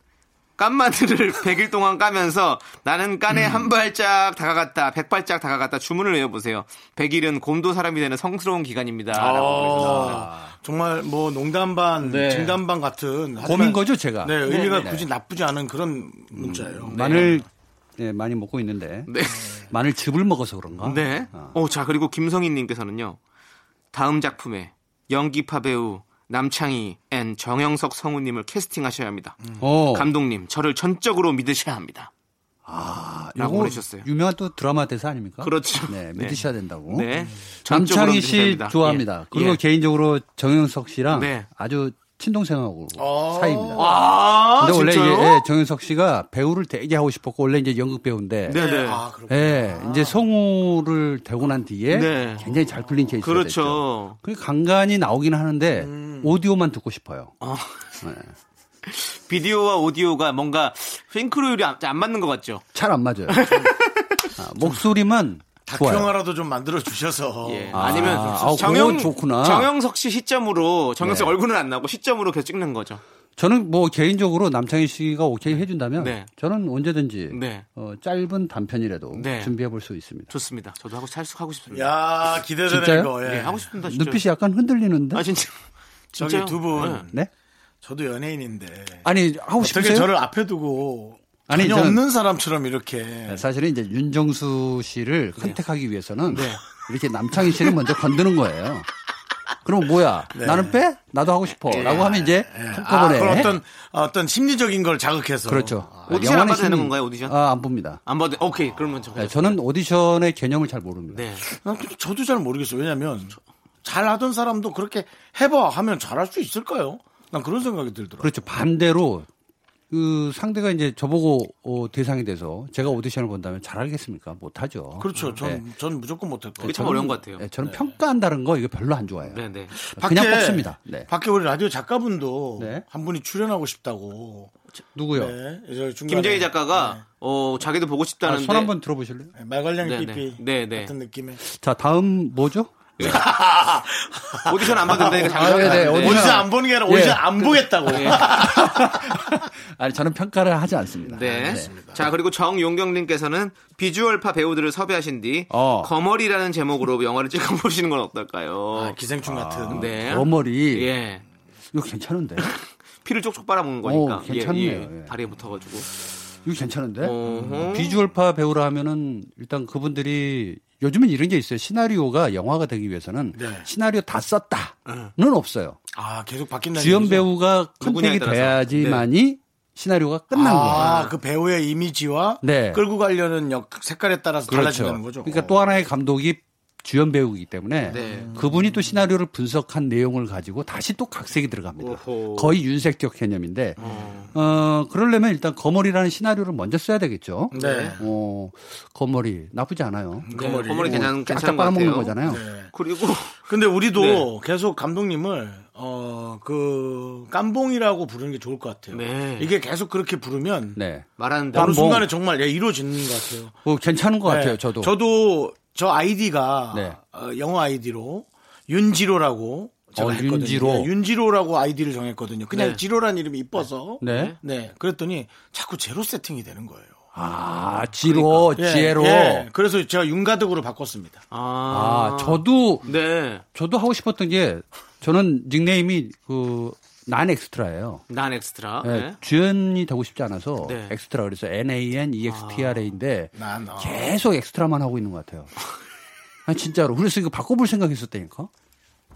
S2: 깐마늘을 100일 동안 까면서 나는 깐에
S5: 음.
S2: 한 발짝 다가갔다 100발짝 다가갔다 주문을 외워보세요 100일은 곰도 사람이 되는 성스러운 기간입니다 라고 보내주셨습니다.
S1: 아, 정말 뭐 농담 반,
S5: 아, 네.
S1: 진담 반 같은 하지만-
S5: 고민 거죠, 제가?
S1: 네, 의미가
S5: 네, 네.
S1: 굳이 나쁘지 않은 그런 문자예요.
S5: 마늘 네, 많이 먹고 있는데
S2: 네.
S5: 마늘 즙을 먹어서 그런가?
S2: 네.
S5: 아.
S2: 어, 자, 그리고 김성희님께서는요. 다음 작품에 연기파 배우 남창희 앤 정영석 성우님을 캐스팅하셔야 합니다.
S5: 어,
S2: 감독님, 저를 전적으로 믿으셔야 합니다. 라고
S5: 아, 요거
S2: 보내셨어요.
S5: 유명한 또 드라마 대사 아닙니까?
S2: 그렇죠.
S5: 네,
S2: 네.
S5: 믿으셔야 된다고.
S2: 네. 전적으로
S5: 남창희
S2: 믿으셔야
S5: 씨
S2: 됩니다.
S5: 좋아합니다.
S2: 예.
S5: 그리고
S2: 예.
S5: 개인적으로 정영석 씨랑
S2: 네.
S5: 아주 친동생하고 사이입니다.
S2: 아,
S5: 근데 원래 이제,
S2: 진짜요?
S5: 예, 정윤석 씨가 배우를 되게 하고 싶었고 원래 이제 연극 배우인데
S2: 네, 네.
S1: 아, 그렇군요.
S5: 예, 이제 성우를 되고 난 뒤에
S2: 네.
S5: 굉장히 잘 풀린 케이스가 됐죠.
S2: 그렇죠.
S5: 그 간간히 나오긴 하는데
S1: 음.
S5: 오디오만 듣고 싶어요.
S1: 아.
S2: 비디오와 오디오가 뭔가 핑크로율이 안, 안 맞는 것 같죠?
S5: 잘 안 맞아요. 아, 목소리만 좋아요.
S1: 다평화라도 좀 만들어 주셔서.
S2: 예.
S5: 아,
S2: 아, 니면
S5: 아, 그건
S2: 정영,
S5: 좋구나. 네.
S2: 정영석 씨 시점으로 정영석 얼굴은 안 나고 시점으로 계속 찍는 거죠.
S5: 저는 뭐 개인적으로 남창희 씨가 오케이 해준다면
S2: 네.
S5: 저는 언제든지
S2: 네.
S5: 어, 짧은 단편이라도
S2: 네.
S5: 준비해 볼 수 있습니다.
S2: 좋습니다. 저도 하고 살수하고 싶습니다.
S1: 야, 기대되네
S5: 진짜요?
S1: 이거. 예.
S2: 예, 하고 싶습니다. 진짜.
S5: 눈빛이 약간 흔들리는데.
S2: 아 진짜.
S1: 저기 두 분.
S5: 네?
S1: 저도 연예인인데.
S5: 아니 하고
S1: 어떻게
S5: 싶으세요?
S1: 저를 앞에 두고
S5: 아니,
S1: 전혀
S5: 저는-
S1: 없는 사람처럼 이렇게
S5: 네, 사실은 이제 윤정수 씨를
S1: 네.
S5: 컨택하기 위해서는 이렇게 남창희 씨를 먼저 건드는 거예요. 그럼 뭐야? 나는 빼? 나도 하고 싶어.라고 하면 이제
S1: 네. 아,
S5: 한꺼번에
S1: 그런 어떤 어떤 심리적인 걸 자극해서
S5: 그렇죠.
S2: 아, 오디션 안
S5: 영화는
S2: 봐도 되는
S5: 심리-
S2: 건가요, 오디션?
S5: 아, 안 봅니다.
S2: 안 봐도 오케이. 그러면 저.
S5: 네, 저는 오디션의 개념을 잘 모릅니다.
S2: 네.
S1: 난 또- 저도 잘 모르겠어요. 왜냐면 잘 하던 사람도 그렇게 해봐 하면 잘할 수 있을까요? 난 그런 생각이 들더라고요.
S5: 그렇죠. 반대로 그 상대가 이제 저보고 어, 대상이 돼서 제가 오디션을 본다면 잘하겠습니까? 못하죠.
S1: 그렇죠. 전,
S5: 네.
S1: 전 무조건 못할 거예요.
S2: 그게 참 어려운 것 같아요.
S5: 네, 저는 평가한다는 거 이거 별로 안 좋아해요.
S2: 네, 네.
S5: 그냥 뽑습니다. 네.
S1: 밖에 우리 라디오 작가분도
S5: 네. 어.
S1: 한 분이 출연하고 싶다고
S5: 누구요?
S1: 네, 저 중간에-
S2: 김재희 작가가 어 자기도 보고
S5: 네. 아,
S2: 싶다는데
S5: 손 한번 들어보실래요?
S1: 네, 말괄량
S2: 네, 네.
S1: 삐삐
S2: 네, 네.
S1: 같은 느낌의
S5: 자, 다음 뭐죠?
S2: 오디션 안 받는다니까
S5: 아,
S2: 장사가
S5: 네,
S2: 안
S5: 네,
S2: 돼.
S5: 오디션.
S1: 오디션 안 보는 게 아니라 오디션
S5: 예.
S1: 안 보겠다고.
S2: 예.
S5: 아니, 저는 평가를 하지 않습니다.
S2: 네. 자 그리고 정용경님께서는 비주얼파 배우들을 섭외하신 뒤
S5: 어.
S2: 거머리라는 제목으로 영화를 찍어보시는 건 어떨까요?
S1: 아, 기생충 같은.
S2: 네.
S5: 어머리.
S2: 예.
S5: 이거 괜찮은데?
S2: 피를 쪽쪽 빨아먹는 거니까.
S5: 오, 괜찮네요. 예.
S2: 다리에 붙어가지고.
S5: 이거 괜찮은데?
S2: 어허.
S5: 비주얼파 배우라 하면은 일단 그분들이 요즘은 이런 게 있어요. 시나리오가 영화가 되기 위해서는
S1: 네.
S5: 시나리오 다
S2: 네.
S5: 썼다는 없어요.
S1: 아, 계속 바뀐다는
S5: 주연
S1: 얘기죠?
S5: 배우가
S2: 누구냐에
S5: 컨택이
S2: 따라서. 네.
S5: 돼야지만이 시나리오가 끝난 거예요.
S1: 아, 그 배우의 이미지와
S5: 네.
S1: 끌고 가려는 역 색깔에 따라서 달라진다는 거죠.
S5: 그러니까
S1: 어.
S5: 또 하나의 감독이 주연 배우이기 때문에
S2: 네.
S5: 그분이 또 시나리오를 분석한 내용을 가지고 다시 또 각색이 들어갑니다.
S2: 오호.
S5: 거의 윤색적 개념인데
S2: 어.
S5: 어 그러려면 일단 거머리라는 시나리오를 먼저 써야 되겠죠.
S1: 네.
S5: 어 거머리 나쁘지 않아요.
S2: 네, 거머리, 괜찮,
S5: 쫙쫙
S2: 괜찮은 것
S5: 빨아먹는
S2: 같아요.
S5: 거잖아요.
S1: 네.
S2: 그리고
S1: 근데 우리도
S5: 네.
S1: 계속 감독님을 어, 그 깜봉이라고 부르는 게 좋을 것 같아요.
S2: 네.
S1: 이게 계속 그렇게 부르면
S5: 네.
S2: 말하는데
S1: 어느
S5: 깜봉.
S1: 순간에 정말 예, 이루어지는 것 같아요.
S5: 뭐 괜찮은 것 같아요.
S1: 네.
S5: 저도.
S1: 저도 저 아이디가
S5: 네.
S1: 어, 영어 아이디로 윤지로라고 제가
S5: 어,
S1: 했거든요.
S5: 윤지로.
S1: 네, 윤지로라고 아이디를 정했거든요. 그냥
S2: 네.
S1: 지로라는 이름이 이뻐서 네.
S5: 네.
S1: 그랬더니 자꾸 제로 세팅이 되는 거예요.
S5: 아 지로
S1: 예,
S5: 지혜로.
S1: 예. 그래서 제가 윤가득으로 바꿨습니다.
S5: 아
S2: 아,
S5: 저도
S2: 네.
S5: 저도 하고 싶었던 게 저는 닉네임이 그 난 엑스트라예요.
S2: 난 엑스트라.
S5: 예,
S2: 네.
S5: 주연이 되고 싶지 않아서
S2: 네. 아.
S5: 엑스트라 그래서 N A N E X T R A인데
S1: 난 어.
S5: 계속 엑스트라만 하고 있는 것 같아요. 아 진짜로. 그래서 이거 바꿔볼 생각했었다니까.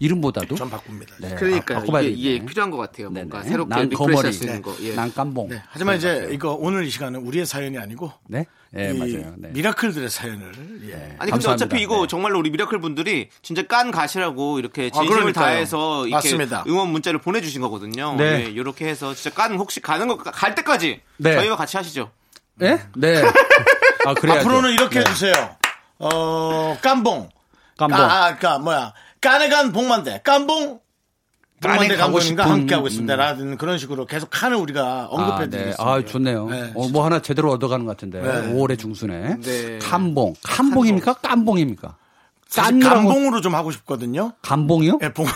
S5: 이름보다도.
S1: 전 바꿉니다.
S5: 네,
S2: 그러니까
S5: 아, 바꿔봐야
S2: 이게, 이게
S5: 되겠네.
S2: 필요한 것 같아요. 뭔가
S5: 네네.
S2: 새롭게
S5: 난
S2: 리프레시
S5: 거머리,
S2: 할수 있는 거. 예.
S5: 난 깜봉.
S1: 네, 하지만 이제 이거 오늘 이 시간은 우리의 사연이 아니고
S5: 네, 예,
S1: 이
S5: 맞아요. 네.
S1: 미라클들의 사연을 예.
S2: 아니 근데
S5: 감사합니다.
S2: 어차피 이거
S5: 네. 아,
S2: 정말로 우리 미라클 분들이 진짜 깐 가시라고 이렇게 진심을
S1: 그러니까요.
S2: 다해서 이렇게
S1: 맞습니다.
S2: 응원 문자를 보내주신 거거든요.
S5: 네.
S2: 네, 이렇게 해서 진짜 깐 혹시 가는 거 갈 때까지
S5: 네.
S2: 저희와 같이 하시죠.
S5: 네? 네. 아, 그래요.
S1: 앞으로는 이렇게 해주세요. 어 깜봉.
S5: 깜봉.
S1: 아, 아, 그러니까 뭐야 깐에 간 봉만 돼. 깜봉.
S5: 깐에
S1: 봉만대
S5: 가고
S1: 감독님과
S5: 싶은,
S1: 함께 하고 있습니다. 라는 그런 식으로 계속 칸을 우리가
S5: 아,
S1: 언급해
S5: 네.
S1: 드리겠습니다.
S5: 아, 좋네요.
S1: 네.
S5: 어, 뭐 하나 제대로 얻어가는 것 같은데.
S1: 네.
S5: 5월의 중순에.
S2: 네.
S5: 깜봉. 깜봉입니까? 깜봉입니까?
S1: 사실
S5: 깐이라고-
S1: 감봉으로 좀 하고 싶거든요.
S5: 감봉이요?
S1: 예, 봉.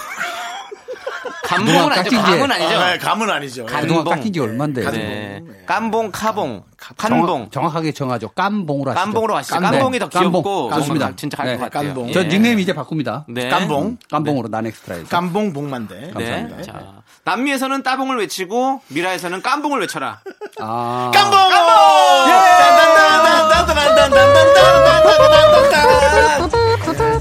S2: 감봉은 아니죠.
S5: 깎인 게- 아,
S2: 감은 아니죠.
S1: 아, 예, 감은 아니죠. 예.
S5: 그동안
S2: 감봉.
S5: 깎인 지 얼만데.
S2: 네. 깜봉, 카봉,
S5: 아,
S2: 칸봉.
S5: 정확- 정확하게 정하죠. 깜봉으로 하시죠.
S2: 깜봉으로 하시죠.
S5: 깜-
S2: 깜봉이 더 귀엽고 뭔가
S5: 좋습니다.
S2: 진짜 갈것 같아요.
S1: 깐봉.
S2: 예.
S5: 저 닉네임 이제 바꿉니다.
S2: 네.
S1: 깜봉.
S5: 깜봉으로 난 엑스트라에서.
S1: 깜봉 봉만대.
S2: 네.
S5: 감사합니다.
S2: 자, 남미에서는 따봉을 외치고 미라에서는 깜봉을 외쳐라.
S5: 아.
S1: 깜봉! 예!
S5: 예!
S1: 딴딴딴딴딴딴딴딴딴딴딴딴딴딴딴.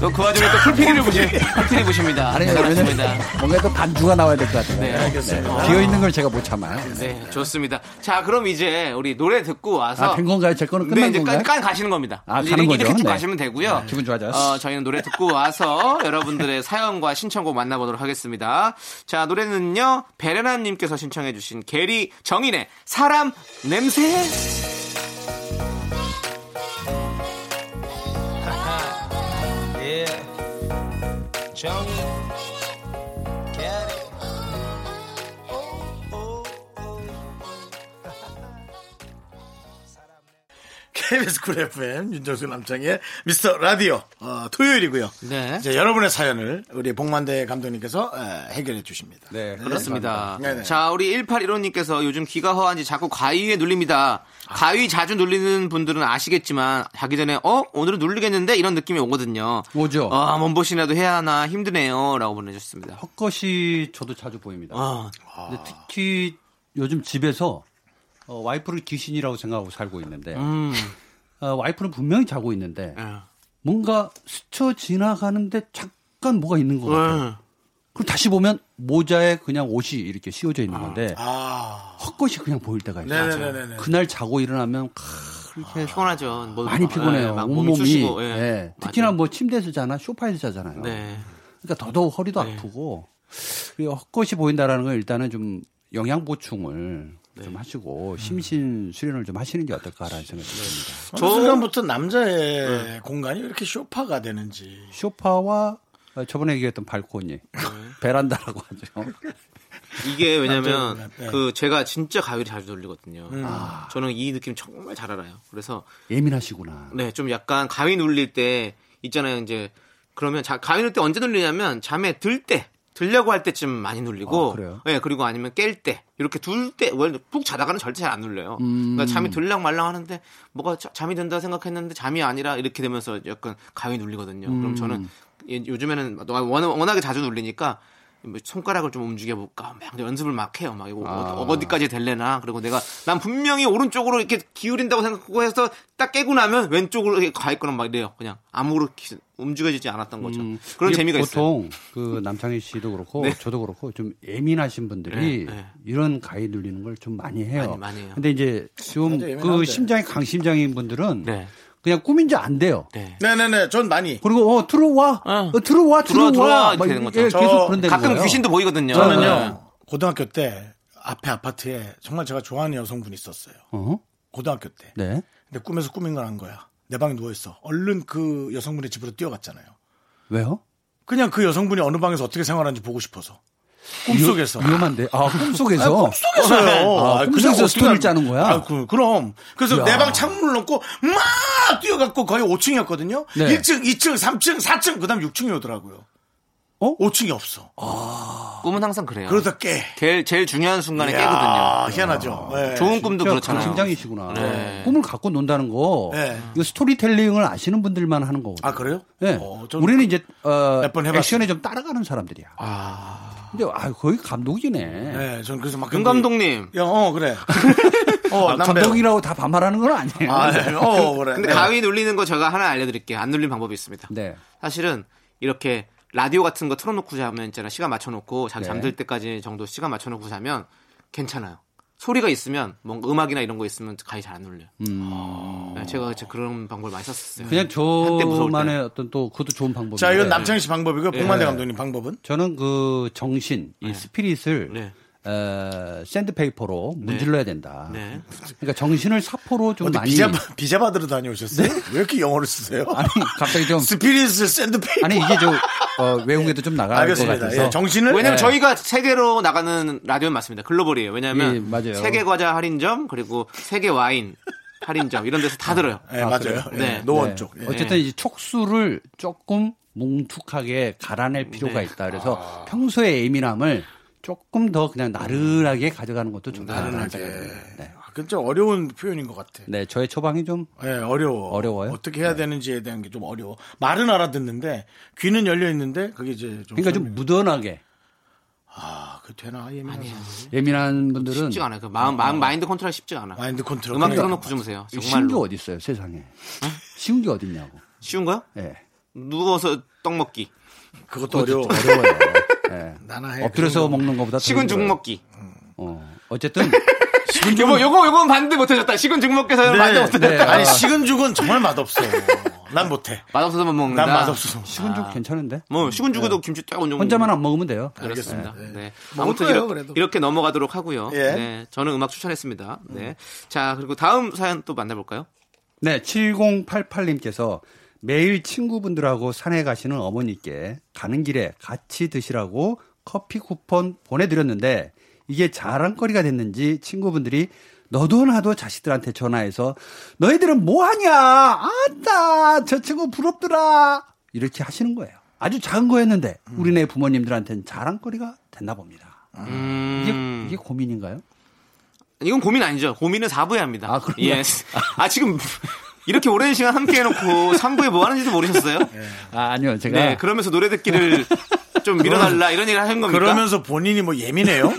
S2: 또 그 와중에 또 풀피리를 보시, 풀피리 보십니다.
S5: 아니,
S2: 잘하셨습니다.
S5: 왜냐면 뭔가 또 반주가 나와야 될 것 같아요.
S2: 네, 알겠습니다.
S5: 비어 있는 걸 제가 못 참아요.
S2: 네, 좋습니다. 자, 그럼 이제 우리 노래 듣고 와서
S5: 아, 된 건가요? 제 거는
S2: 네,
S5: 끝난
S2: 이제
S5: 건가요?
S2: 깐, 깐 가시는 겁니다.
S5: 아,
S2: 이제
S5: 가는
S2: 이렇게,
S5: 거죠?
S2: 이렇게 쭉
S5: 네.
S2: 가시면 되고요.
S5: 네, 기분 좋아져요.
S2: 어, 저희는 노래 듣고 와서 여러분들의 사연과 신청곡 만나보도록 하겠습니다. 자, 노래는요, 베레나님께서 신청해주신 게리 정인의 사람 냄새.
S1: KBS 쿨 FM 윤정수 남창의 미스터 라디오 어, 토요일이고요.
S2: 네.
S1: 이제 여러분의 사연을 우리 봉만대 감독님께서 에, 해결해 주십니다.
S5: 네,
S2: 그렇습니다.
S1: 네네.
S2: 자, 우리 1815님께서 요즘 귀가 허한지 자꾸 가위에 눌립니다. 가위 자주 눌리는 분들은 아시겠지만 자기 전에 어 오늘은 눌리겠는데 이런 느낌이 오거든요.
S5: 오죠.
S2: 아 몸보신이라도 해야 하나 힘드네요라고 보내주셨습니다.
S5: 헛것이 저도 자주 보입니다.
S2: 아,
S5: 근데 특히 요즘 집에서 어, 와이프를 귀신이라고 생각하고 살고 있는데
S2: 음,
S5: 어, 와이프는 분명히 자고 있는데
S2: 예.
S5: 뭔가 스쳐 지나가는데 잠깐 뭐가 있는 것 같아요.
S2: 예.
S5: 그럼 다시 보면 모자에 그냥 옷이 이렇게 씌워져 있는 건데
S1: 아,
S5: 헛것이 그냥 보일 때가 있어요.
S1: 네네네네.
S5: 그날 자고 일어나면 캬, 이렇게
S2: 피곤하죠. 뭐,
S5: 많이 피곤해요.
S2: 예, 막 몸이
S5: 온몸이
S2: 쑤시고. 예.
S5: 예. 특히나
S2: 맞아요.
S5: 뭐 침대에서 자나 소파에서 자잖아요.
S2: 네.
S5: 그러니까 더더욱 허리도
S2: 네.
S5: 아프고 그리고 헛것이 보인다라는 건 일단은 좀 영양 보충을
S2: 네.
S5: 좀 하시고 심신 수련을 좀 하시는 게 어떨까라는 생각이
S2: 네.
S5: 듭니다.
S1: 저 순간부터 남자의 공간이 왜 이렇게 쇼파가 되는지.
S2: 네.
S5: 쇼파와 어, 저번에 얘기했던 발코니 베란다라고 하죠.
S2: 이게 왜냐면
S1: 남자분은, 네.
S2: 그 제가 진짜 가요를 자주 돌리거든요. 저는 이 느낌 정말 잘 알아요. 그래서
S5: 예민하시구나.
S2: 네, 좀 약간 가위 눌릴 때 있잖아요. 이제 그러면 자, 가위 눌릴 때 언제 눌리냐면 잠에 들 때, 들려고 할 때쯤 많이 눌리고,
S5: 아, 그래요?
S2: 네, 그리고 아니면 깰 때 이렇게 둘 때, 원래 푹 자다가는 절대 잘 안 눌려요. 그러니까 잠이
S5: 음.
S2: 들랑 말랑 하는데 뭐가 자- 잠이 든다 생각했는데 잠이 아니라 이렇게 되면서 약간 가위 눌리거든요. 그럼
S5: 음.
S2: 저는 예, 요즘에는 워낙, 워낙에 자주 눌리니까. 뭐 손가락을 좀 움직여볼까 막 연습을 막 해요 막 이거
S5: 아.
S2: 어- 어디까지 될래나 그리고 내가 난 분명히 오른쪽으로 이렇게 기울인다고 생각하고 해서 딱 깨고 나면 왼쪽으로 이렇게 가 있거나 막 이래요 그냥 아무로 기- 움직여지지 않았던 거죠 음, 그런
S5: 음. 이게
S2: 재미가 있어요
S5: 보통 그 남창희 씨도 그렇고
S2: 네.
S5: 저도 그렇고 좀 예민하신 분들이
S2: 네, 네.
S5: 이런 가위 눌리는 걸 좀 많이 해요.
S2: 많이, 많이 해요.
S5: 근데 이제 좀 그 심장이 강심장인 분들은
S2: 네.
S5: 그냥 꿈인지 안 돼요.
S2: 네.
S1: 네네네. 전 많이.
S5: 그리고 어 들어와
S2: 어.
S5: 어, 들어와
S2: 들어와,
S5: 들어와
S2: 들어와
S5: 막
S2: 이렇게 되는 거죠.
S5: 예,
S1: 저
S5: 계속 그런
S2: 가끔
S5: 거예요.
S2: 귀신도 보이거든요 네.
S1: 저는요 고등학교 때 앞에 아파트에 정말 제가 좋아하는 여성분이 있었어요.
S5: 어?
S1: 고등학교 때.
S5: 네.
S1: 근데 꿈에서 꾸민 걸 한 거야. 내 방에 누워 있어. 얼른 그 여성분의 집으로 뛰어갔잖아요.
S5: 왜요?
S1: 그냥 그 여성분이 어느 방에서 어떻게 생활하는지 보고 싶어서.
S5: 위-
S1: 꿈속에서.
S5: 위험한데. 아, 꿈속에서.
S1: 꿈속에서요.
S5: 아,
S1: 아니,
S5: 꿈속에서
S1: 그래서
S5: 스토리를
S1: 어, 뛰어-
S5: 짜는 거야?
S1: 아, 그, 럼 그래서
S5: 야.
S1: 내 방 창문을 넘고 막 뛰어갔고 거의 5층이었거든요.
S5: 네.
S1: 1층, 2층, 3층, 4층, 그 다음 6층이 오더라고요.
S5: 어?
S1: 5층이 없어.
S2: 아. 꿈은 항상 그래요
S5: 그렇죠.
S1: 그러다 깨.
S2: 제일, 제일 중요한 순간에
S1: 아,
S2: 깨거든요
S1: 희한하죠. 예.
S2: 좋은 꿈도
S5: 진짜
S2: 그렇잖아요
S5: 강심장이시구나.
S2: 네.
S5: 꿈을 갖고 논다는 거.
S1: 네.
S5: 이거 스토리텔링을 아시는 분들만 하는 거거든요.
S1: 아, 그래요?
S5: 예.
S1: 어, 저는
S5: 우리는 이제 어,
S1: 몇번 해봤어요. 아.
S5: 액션에 좀 따라가는 사람들이야.
S2: 아,
S5: 근데 아 거의 감독이네.
S1: 네, 저는 그래서 막
S2: 윤 감독님
S1: 야, 어 그래. 어,
S5: 아,
S1: 남배우.
S5: 감독이라고 다 반말하는 건 아니에요.
S1: 아, 네. 어 그래.
S2: 근데
S1: 네.
S2: 가위 눌리는 거 제가 하나 알려드릴게요. 안 눌린 방법이 있습니다.
S5: 네.
S2: 사실은 이렇게 라디오 같은 거 틀어놓고 자면 있잖아. 시간 맞춰놓고 자기
S5: 네.
S2: 잠들 때까지 정도 시간 맞춰놓고 자면 괜찮아요. 소리가 있으면 뭔가 음악이나 이런 거 있으면 가위 잘 안 눌려요. 네, 제가 진짜 그런 방법을 많이 썼었어요.
S5: 음. 그냥
S2: 한때 무서울 때.
S5: 저만의 어떤 또 그것도 좋은 방법이에요.
S1: 예. 자,
S2: 네.
S1: 이건 남창희 씨 방법이고
S2: 예.
S1: 복만대 감독님 방법은
S5: 저는 그 정신, 이 스피릿을
S2: 네.
S5: 어, 샌드페이퍼로 문질러야 된다.
S2: 네.
S5: 그러니까 정신을 사포로 좀
S1: 어디
S5: 많이
S1: 비자 비자 받으러 다녀오셨어요? 왜 이렇게 영어를 쓰세요?
S5: 네. 아니 갑자기 좀
S1: 스피릿을 샌드페이퍼.
S5: 아니 이게 저 어, 외국에도 좀 나갈 것
S1: 알겠습니다.
S5: 같아서
S1: 예, 정신을
S2: 왜냐면
S1: 예.
S2: 저희가 세계로 나가는 라디오는 맞습니다. 글로벌이에요. 왜냐면
S5: 예, 맞아요.
S2: 세계 과자 할인점 그리고 세계 와인 할인점 이런 데서 다 들어요.
S1: 예, 맞아요. 예,
S2: 네.
S1: 노원
S5: 네.
S1: 쪽. 예.
S5: 어쨌든 이제 촉수를 조금 뭉툭하게 갈아낼 필요가
S2: 네.
S5: 있다. 그래서 평소의 예민함을 조금 더 그냥 나른하게 가져가는 것도 좋다.
S1: 나른하게.
S5: 아, 네.
S1: 아, 그건 좀 어려운 표현인 것 같아.
S5: 네, 저의 처방이 좀
S1: 예, 어려워.
S5: 어려워요?
S1: 어떻게 해야 되는지에 대한 게 좀 어려워. 말은 알아듣는데 귀는 열려 있는데 그게 이제 좀
S5: 그러니까 좀 무던하게
S1: 아, 그 되나? 예민하
S5: 예민한 분들은
S2: 쉽지가 않아요. 그 마음, 마음 마인드 컨트롤 쉽지가 않아.
S1: 마인드 컨트롤.
S2: 음악
S1: 그러니까.
S2: 틀어놓고 주무세요.
S5: 쉬운 게
S2: 정말로
S5: 어디 있어요, 세상에. 쉬운 게 어디 있냐고.
S2: 쉬운 거요?
S5: 예.
S2: 누워서 떡 먹기,
S1: 그것도 어려워.
S5: 어려워요. 예.
S1: 나나 해.
S5: 엎드려서 먹는 것보다 더
S1: 아,
S2: 식은 죽
S5: 힘들어요.
S1: 그러니까.
S2: 먹기.
S5: 어. 어쨌든
S2: 요거 뭐 요거 요건 반대 못하셨다. 식은 죽 먹기에서는 반대
S1: 네,
S2: 못하셨다.
S1: 네. 아니 식은 죽은 정말 맛없어. 난 못해.
S2: 맛없어서만 먹는다.
S1: 난 네. 맛없어.
S5: 식은 죽 괜찮은데.
S2: 뭐 식은 죽에도 김치 딱 얹어. 먹는
S5: 혼자만
S2: 거.
S5: 안 먹으면 돼요.
S2: 그렇습니다. 네.
S1: 먹을
S2: 아무튼
S1: 거예요,
S2: 이렇게,
S1: 그래도.
S2: 이렇게 넘어가도록 하고요.
S1: 예.
S2: 네, 저는 음악 추천했습니다. 네, 자 그리고 다음 사연 또 만나볼까요?
S5: 네, 7088님께서 매일 친구분들하고 산에 가시는 어머니께 가는 길에 같이 드시라고 커피 쿠폰 보내드렸는데 이게 자랑거리가 됐는지 친구분들이 너도 나도 자식들한테 전화해서 너희들은 뭐하냐? 아따, 저 친구 부럽더라. 이렇게 하시는 거예요. 아주 작은 거였는데 우리네 부모님들한테는 자랑거리가 됐나 봅니다.
S2: 음.
S5: 이게, 이게 고민인가요?
S2: 이건 고민 아니죠. 고민은 4부에 합니다.
S5: 아, 그런가요?
S2: 예. 아 지금 이렇게 오랜 시간 함께 해놓고 3부에 뭐 하는지도 모르셨어요?
S5: 아, 아니요. 제가
S2: 네, 그러면서 노래 듣기를 좀 밀어달라 이런 얘기를 하는 겁니까?
S1: 그러면서 본인이 뭐 예민해요?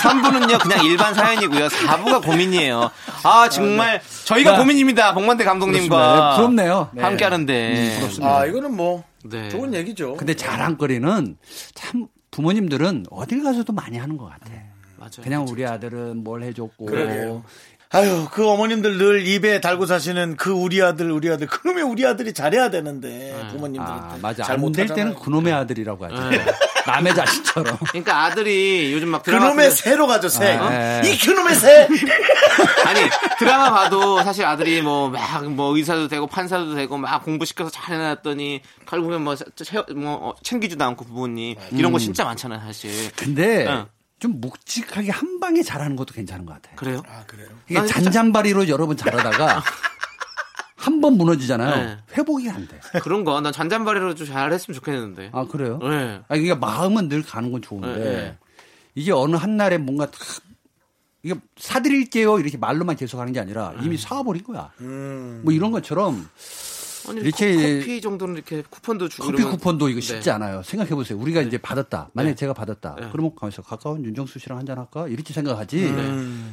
S2: 3부는요 그냥 일반 사연이고요 4부가 고민이에요 아 정말 저희가 고민입니다 복만대
S5: 네. 그렇습니다.
S2: 감독님과
S5: 네, 부럽네요. 네.
S2: 함께 하는데
S1: 아 이거는 뭐
S2: 네.
S1: 좋은 얘기죠.
S5: 어? 근데 자랑거리는 참 부모님들은 어딜 가서도 많이 하는 것 같아.
S2: 맞아요.
S5: 그냥 우리 아들은 뭘 해줬고.
S1: 그러게요. 어. 아유 그 어머님들 늘 입에 달고 사시는 그 우리 아들 우리 아들 그놈의 우리 아들이 잘해야 되는데 부모님들한테
S5: 아, 맞아.
S1: 잘
S5: 안 될
S1: 못하잖아요. 네.
S5: 때는 그놈의 아들이라고 하죠. 남의 자식처럼.
S2: 그러니까 아들이 요즘 막 드라마
S1: 그놈의
S2: 속에서-
S1: 새로 가죠 새.
S5: 아,
S1: 이 그놈의 새.
S2: 아니 드라마 봐도 사실 아들이 뭐 막 뭐 의사도 되고 판사도 되고 막 공부시켜서 잘 해놨더니 결국엔 뭐, 세- 세- 뭐 어, 챙기지도 않고 부모님
S5: 음.
S2: 이런 거 진짜 많잖아요 사실
S5: 근데
S2: 응.
S5: 좀 묵직하게 한 방에 잘하는 것도 괜찮은 것 같아요.
S2: 그래요?
S1: 아, 네. 그래요?
S5: 이게 잔잔바리로 여러 번 잘하다가 한 번 무너지잖아요.
S2: 네.
S5: 회복이 안 돼.
S2: 그런 거 난 잔잔바리로 좀 잘했으면 좋겠는데
S5: 아 그래요?
S2: 네.
S5: 아 그러니까 마음은 늘 가는 건 좋은데
S2: 네, 네.
S5: 이게 어느 한 날에 뭔가 탁 이게 사드릴게요 이렇게 말로만 계속 하는 게 아니라
S2: 예.
S5: 이미 사와버린 거야.
S2: 음.
S1: 음,
S5: 뭐 이런 것처럼
S2: 네. 아니,
S5: 이렇게
S2: 커- 커피 정도는 이렇게 쿠폰도 주고
S5: 커피
S2: 그러면-
S5: 쿠폰도 이거 쉽지
S2: 네.
S5: 않아요. 생각해 보세요. 우리가 이제 받았다. 만약에 제가 받았다.
S2: 네.
S5: 그러면 가면서 가까운 윤정수 씨랑 한잔 할까 이렇게 생각하지.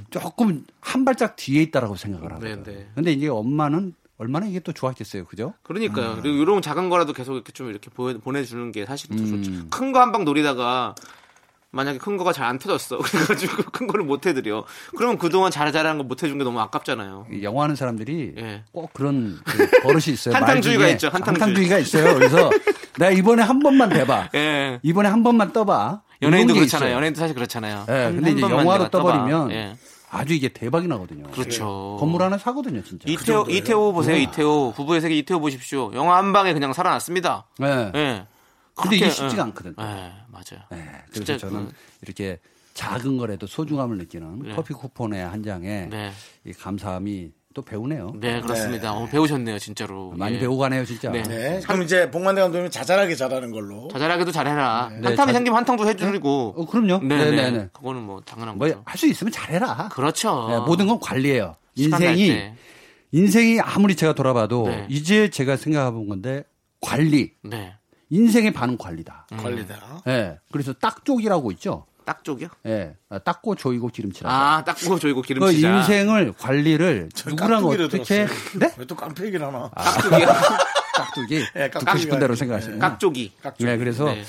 S5: 조금 한 발짝 뒤에 있다라고 생각을
S2: 음. 네,
S5: 하거든요.
S2: 네.
S5: 근데 이제 엄마는 얼마나 이게 또 좋았겠어요, 그죠?
S2: 그러니까요.
S5: 음.
S2: 그리고 이런 작은 거라도 계속 이렇게 좀 이렇게 보여, 보내주는 게 사실 더
S5: 음.
S2: 좋죠. 큰 거 한 방 노리다가 만약에 큰 거가 잘 안 터졌어. 그래가지고 큰 거를 못 해드려. 그러면 그동안 잘 자란 거 못 해준 게 너무 아깝잖아요.
S5: 이 영화하는 사람들이
S2: 예.
S5: 꼭 그런 그 버릇이 있어요. 말
S2: 한탕주의가
S5: 중에
S2: 있죠, 한탕주의.
S5: 한탕주의가 있어요. 그래서 내가 이번에 한 번만 대봐.
S2: 예.
S5: 이번에 한 번만 떠봐.
S2: 연예인도
S5: 이런 게
S2: 그렇잖아요.
S5: 있어요.
S2: 연예인도 사실 그렇잖아요.
S5: 예,
S2: 한-
S5: 근데
S2: 한
S5: 이제
S2: 번만
S5: 영화로
S2: 내가 떠봐.
S5: 떠버리면
S2: 예.
S5: 아주 이게 대박이 나거든요.
S2: 그렇죠.
S5: 건물 하나 사거든요, 진짜. 어.
S2: 이태호, 이태호 보세요, 이태호. 부부의 세계 이태호 보십시오. 영화 한 방에 그냥 살아났습니다.
S5: 예.
S2: 예.
S5: 근데 이게
S2: 그렇게,
S5: 쉽지가
S2: 예.
S5: 않거든.
S2: 예, 맞아요.
S5: 예,
S2: 진짜
S5: 그래서 저는
S2: 그-
S5: 이렇게 작은 거라도 소중함을 느끼는
S2: 네.
S5: 커피 쿠폰의 한 장에
S2: 네.
S5: 이 감사함이 또 배우네요. 아,
S2: 네, 그렇습니다. 어, 배우셨네요, 진짜로.
S5: 많이
S2: 예.
S5: 배우가네요, 진짜.
S2: 네.
S1: 네. 그럼 이제 복만대 감독님 자잘하게 잘하는 걸로.
S2: 자잘하게도 잘해라. 한탕이
S5: 네, 자-
S2: 생기면 한탕도 해주고.
S5: 어, 그럼요.
S2: 네네.
S5: 네네네.
S2: 그거는 뭐 당연한
S5: 뭐
S2: 거죠.
S5: 할 수 있으면 잘해라.
S2: 그렇죠.
S5: 네, 모든 건 관리예요.
S2: 시간 날
S5: 인생이
S2: 때.
S5: 인생이 아무리 제가 돌아봐도
S2: 네.
S5: 이제 제가 생각해본 건데 관리
S2: 네.
S5: 인생의 반은 관리다.
S1: 관리다.
S5: 예. 그래서 딱쪽이라고 있죠.
S2: 딱 쪽이요?
S5: 예. 아, 닦고 조이고 기름칠하고.
S2: 아, 딱 보고 조이고
S5: 그
S2: 기름치자.
S5: 인생을 관리를 누구랑
S1: 깍두기를
S5: 어떻게
S1: 들었어요.
S5: 네?
S1: 왜또 깜빡이를 하나?
S2: 딱 쪽이요?
S5: 깍두기
S1: 예, 깍두기가
S5: 듣고 싶은 대로
S1: 아니죠.
S5: 생각하시는
S2: 깍 쪽이.
S5: 네, 그래서
S2: 네.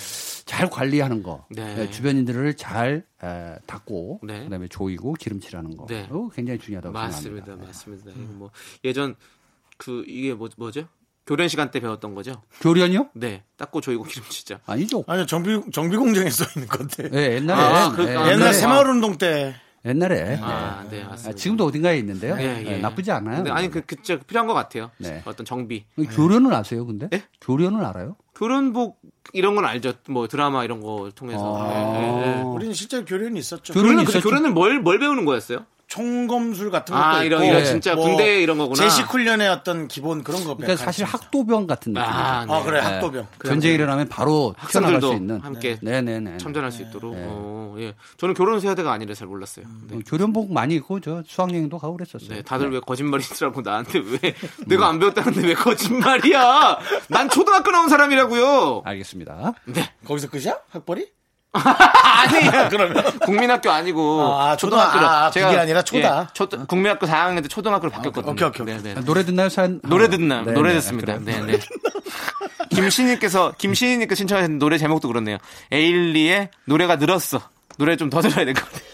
S5: 잘 관리하는 거,
S2: 네.
S5: 예, 주변인들을 잘 에, 닦고,
S2: 네.
S5: 그다음에 조이고 기름칠하는 거,
S2: 네.
S5: 어, 굉장히 중요하다고
S2: 맞습니다,
S5: 생각합니다. 네. 음.
S2: 맞습니다. 이거 뭐 예전 그 이게 뭐 뭐죠? 교련 시간 때 배웠던 거죠?
S5: 교련요?
S2: 네. 닦고 조이고 기름치자.
S5: 아니죠.
S1: 아니요, 정비, 정비공장에 써 있는 건데.
S5: 예, 옛날에
S2: 아, 그-
S5: 예,
S2: 아,
S1: 옛날
S5: 옛날에,
S2: 세-
S1: 새마을 운동 때.
S5: 옛날에,
S2: 아, 네,
S5: 예.
S2: 맞습니다.
S5: 아, 지금도 어딘가에 있는데요.
S2: 예, 예.
S5: 예, 나쁘지 않아요.
S2: 근데 아니 그 그저 필요한 것 같아요.
S5: 네.
S2: 어떤 정비.
S5: 교련을 아세요, 근데?
S2: 예? 네,
S5: 교련을 알아요?
S2: 교련복 이런 건 알죠. 뭐 드라마 이런 거 통해서. 네, 네, 네.
S1: 우리는 실제 교련이 있었죠.
S5: 어. 교련-
S2: 교련은
S5: 있었죠.
S2: 근데 교련은 뭘 뭘 배우는 거였어요?
S1: 총검술 같은 것도
S2: 아,
S1: 있고.
S2: 이런-
S5: 이런
S2: 진짜 군대 이런 거구나.
S1: 제식 훈련의 어떤 기본 그런 거.
S5: 그러니까
S1: 백한
S5: 사실
S1: 진짜.
S5: 학도병 같은 느낌.
S2: 아, 네.
S1: 아, 그래,
S5: 예.
S1: 학도병.
S5: 전쟁이 일어나면 바로 튀어나갈 수
S2: 학생들도
S5: 있는.
S2: 함께
S5: 네, 네, 네. 음.
S2: 참전할 수 있도록. 어, 예. 저는 결혼 세대가 아니라 잘 몰랐어요. 네.
S5: 교련복 많이 입고 저 수학여행도 가고 그랬었어요.
S2: 네, 다들 왜 거짓말이더라고 나한테 왜
S5: 음.
S2: 내가 안 배웠다는데 왜 거짓말이야? 난 초등학교 나온 사람이라고요.
S5: 알겠습니다.
S2: 네.
S1: 거기서 끝이야? 학벌이?
S2: 아니야.
S1: 그러면.
S2: 국민학교 아니고
S1: 아, 아, 초등학교. 아, 그게 아니라 초다.
S2: 예, 초, 국민학교 4학년 때 초등학교로 바뀌었거든요.
S1: 오케이, 오케이, 오케이.
S2: 네, 네.
S5: 아, 노래 듣나요? 사연?
S2: 노래 듣나
S5: 네,
S2: 노래
S5: 네.
S2: 듣습니다.
S5: 아, 그래요?
S2: 네, 네. 김신희님께서 김신희님께서 신청하신 노래 제목도 그렇네요. 에일리의 노래가 늘었어. 노래 좀 더 들어야 될 것 같아요.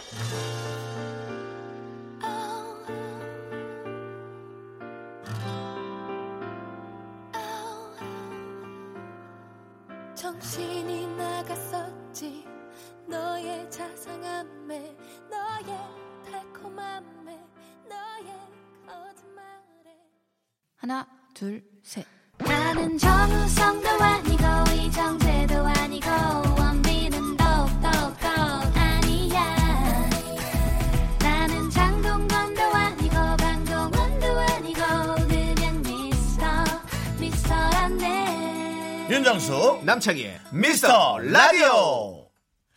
S3: Oh, 정신이 나갔었지 너의 자상함에 너의 달콤함에 너의 거짓말에
S6: 하나, 둘, 셋.
S3: 나는 정우성도 아니고 이정재도 아니고 원빈은 더욱더 아니야 나는 장동건도 아니고 강동원도 아니고 그냥 미스터 미스터란데
S1: 윤정수, 남창희의 미스터 라디오.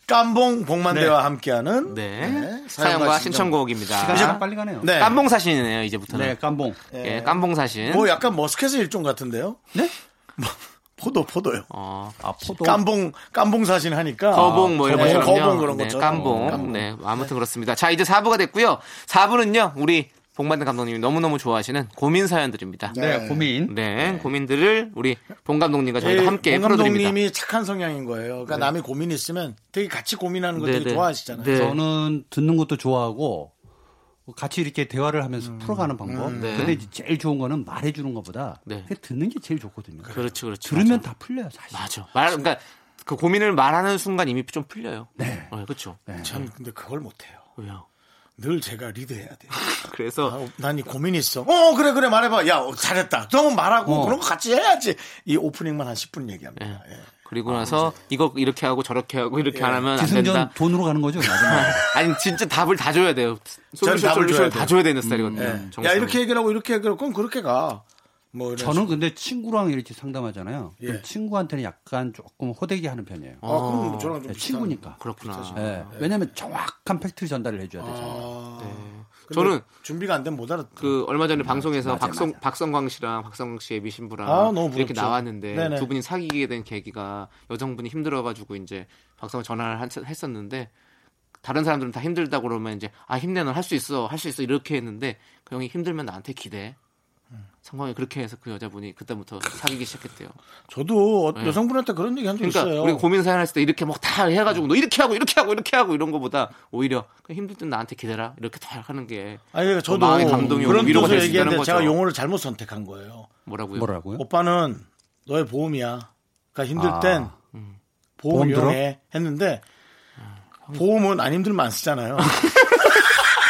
S1: 깜봉 복만대와 함께하는
S2: 네.
S1: 네,
S2: 사연과
S1: 사연과
S2: 신청곡입니다.
S5: 시간이 빨리 가네요.
S1: 네.
S2: 깜봉 사신이네요 이제부터는.
S5: 네, 깜봉.
S2: 예, 깜봉 사신.
S1: 뭐 약간 머스켓의 일종 같은데요? 뭐,
S5: 네?
S1: 포도, 포도요.
S2: 어,
S5: 아, 포도.
S1: 깜봉, 깜봉 사신 하니까.
S2: 거봉 뭐 이런
S1: 네,
S2: 것처럼
S1: 거봉 그런
S2: 네,
S1: 것처럼.
S2: 깜봉. 네, 아무튼 그렇습니다. 자, 이제 4부가 됐고요. 4부는요. 우리 봉만든 감독님이 너무너무 좋아하시는 고민 사연들입니다. 네.
S5: 네, 고민.
S2: 고민들을 우리 봉 감독님과 저희가
S1: 예,
S2: 함께
S1: 봉
S2: 풀어드립니다.
S1: 감독님이 착한 성향인 거예요. 그러니까 남이 고민 있으면 되게 같이 고민하는 거
S2: 네,
S1: 되게
S2: 네.
S1: 좋아하시잖아요.
S2: 네.
S5: 저는 듣는 것도 좋아하고 같이 이렇게 대화를 하면서
S1: 음.
S5: 풀어가는 방법.
S2: 네.
S5: 근데 이제 제일 좋은 거는 말해주는 것보다
S2: 네.
S5: 그냥 듣는 게 제일 좋거든요.
S2: 그렇죠, 그렇죠.
S5: 들으면 다 풀려요, 사실.
S2: 맞아. 맞아. 말 그러니까 그 고민을 말하는 순간 이미 좀 풀려요. 네, 그렇죠.
S1: 참 근데 그걸 못해요.
S2: 왜요?
S1: 늘 제가 리드해야 돼.
S2: 그래서
S1: 아, 난 이 고민이 있어. 어, 그래, 그래, 말해봐. 야, 어, 잘했다. 그러면 말하고
S5: 어.
S1: 그런 거 같이 해야지. 이 오프닝만 한 10분 얘기합니다. 예.
S2: 그리고 나서 이거 이렇게 하고 저렇게 하고 이렇게 안 하면 안 된다.
S5: 기승전 돈으로 가는 거죠. 마지막에.
S2: 아니 진짜 답을 다 줘야 돼요.
S1: 저는 답을
S2: 솔루션
S1: 줘야 돼요.
S2: 솔루션 다 줘야 되는 스타일이거든요.
S1: 예. 야, 이렇게 얘기하고 이렇게 얘기하고 그럼 그렇게 가. 뭐, 이런
S5: 저는 근데 친구랑 이렇게 상담하잖아요. 그럼
S1: 예.
S5: 친구한테는 약간 조금 호되게 하는 편이에요.
S1: 식으로.
S2: 어,
S1: 아, 그럼 저랑 좀
S5: 네,
S1: 비슷한-
S5: 친구니까.
S2: 그렇구나.
S1: 네.
S5: 예. 왜냐하면 정확한 팩트를 전달을 해줘야 되잖아요.
S1: 아, 근데
S2: 네. 저는
S1: 준비가 안 되면 못 알아.
S2: 그 얼마 전에 방송에서
S5: 맞아,
S2: 박성
S5: 맞아.
S2: 박성광 씨랑 박성광 씨의 미신부랑
S1: 아, 너무
S2: 이렇게
S1: 부럽죠.
S2: 나왔는데
S1: 네네.
S2: 두 분이 사귀게 된 계기가 여성분이 힘들어가지고 이제 박성광 전화를 한- 했었는데 다른 사람들은 다 힘들다 그러면 이제 아 힘내 넌 할 수 있어 할 수 있어 이렇게 했는데 그 형이 힘들면 나한테 기대.
S1: 음.
S2: 성광이 그렇게 해서 그 여자분이 그때부터 사귀기 시작했대요.
S1: 저도 어-
S2: 네.
S1: 여성분한테 그런 얘기 한 적
S2: 그러니까
S1: 있어요. 네.
S2: 우리 고민 사연 했을 때 이렇게 막 다 해가지고 너 이렇게 하고 이렇게 하고 이렇게 하고 이런 거보다 오히려 그냥 힘들 땐 나한테 기대라 이렇게 다 하는 게
S1: 아니, 그러니까 저도
S2: 마음의 감동이 오고
S1: 그런
S2: 위로가
S1: 뜻으로
S2: 될수 있다는
S1: 얘기했는데
S2: 거죠.
S1: 제가 용어를 잘못 선택한 거예요.
S2: 뭐라고요?
S5: 뭐라고요?
S1: 오빠는 너의 보험이야. 그러니까 힘들
S5: 아.
S1: 땐
S5: 보험
S1: 보험
S5: 들어?
S1: 이용해 했는데 보험은 안 힘들면 안 쓰잖아요.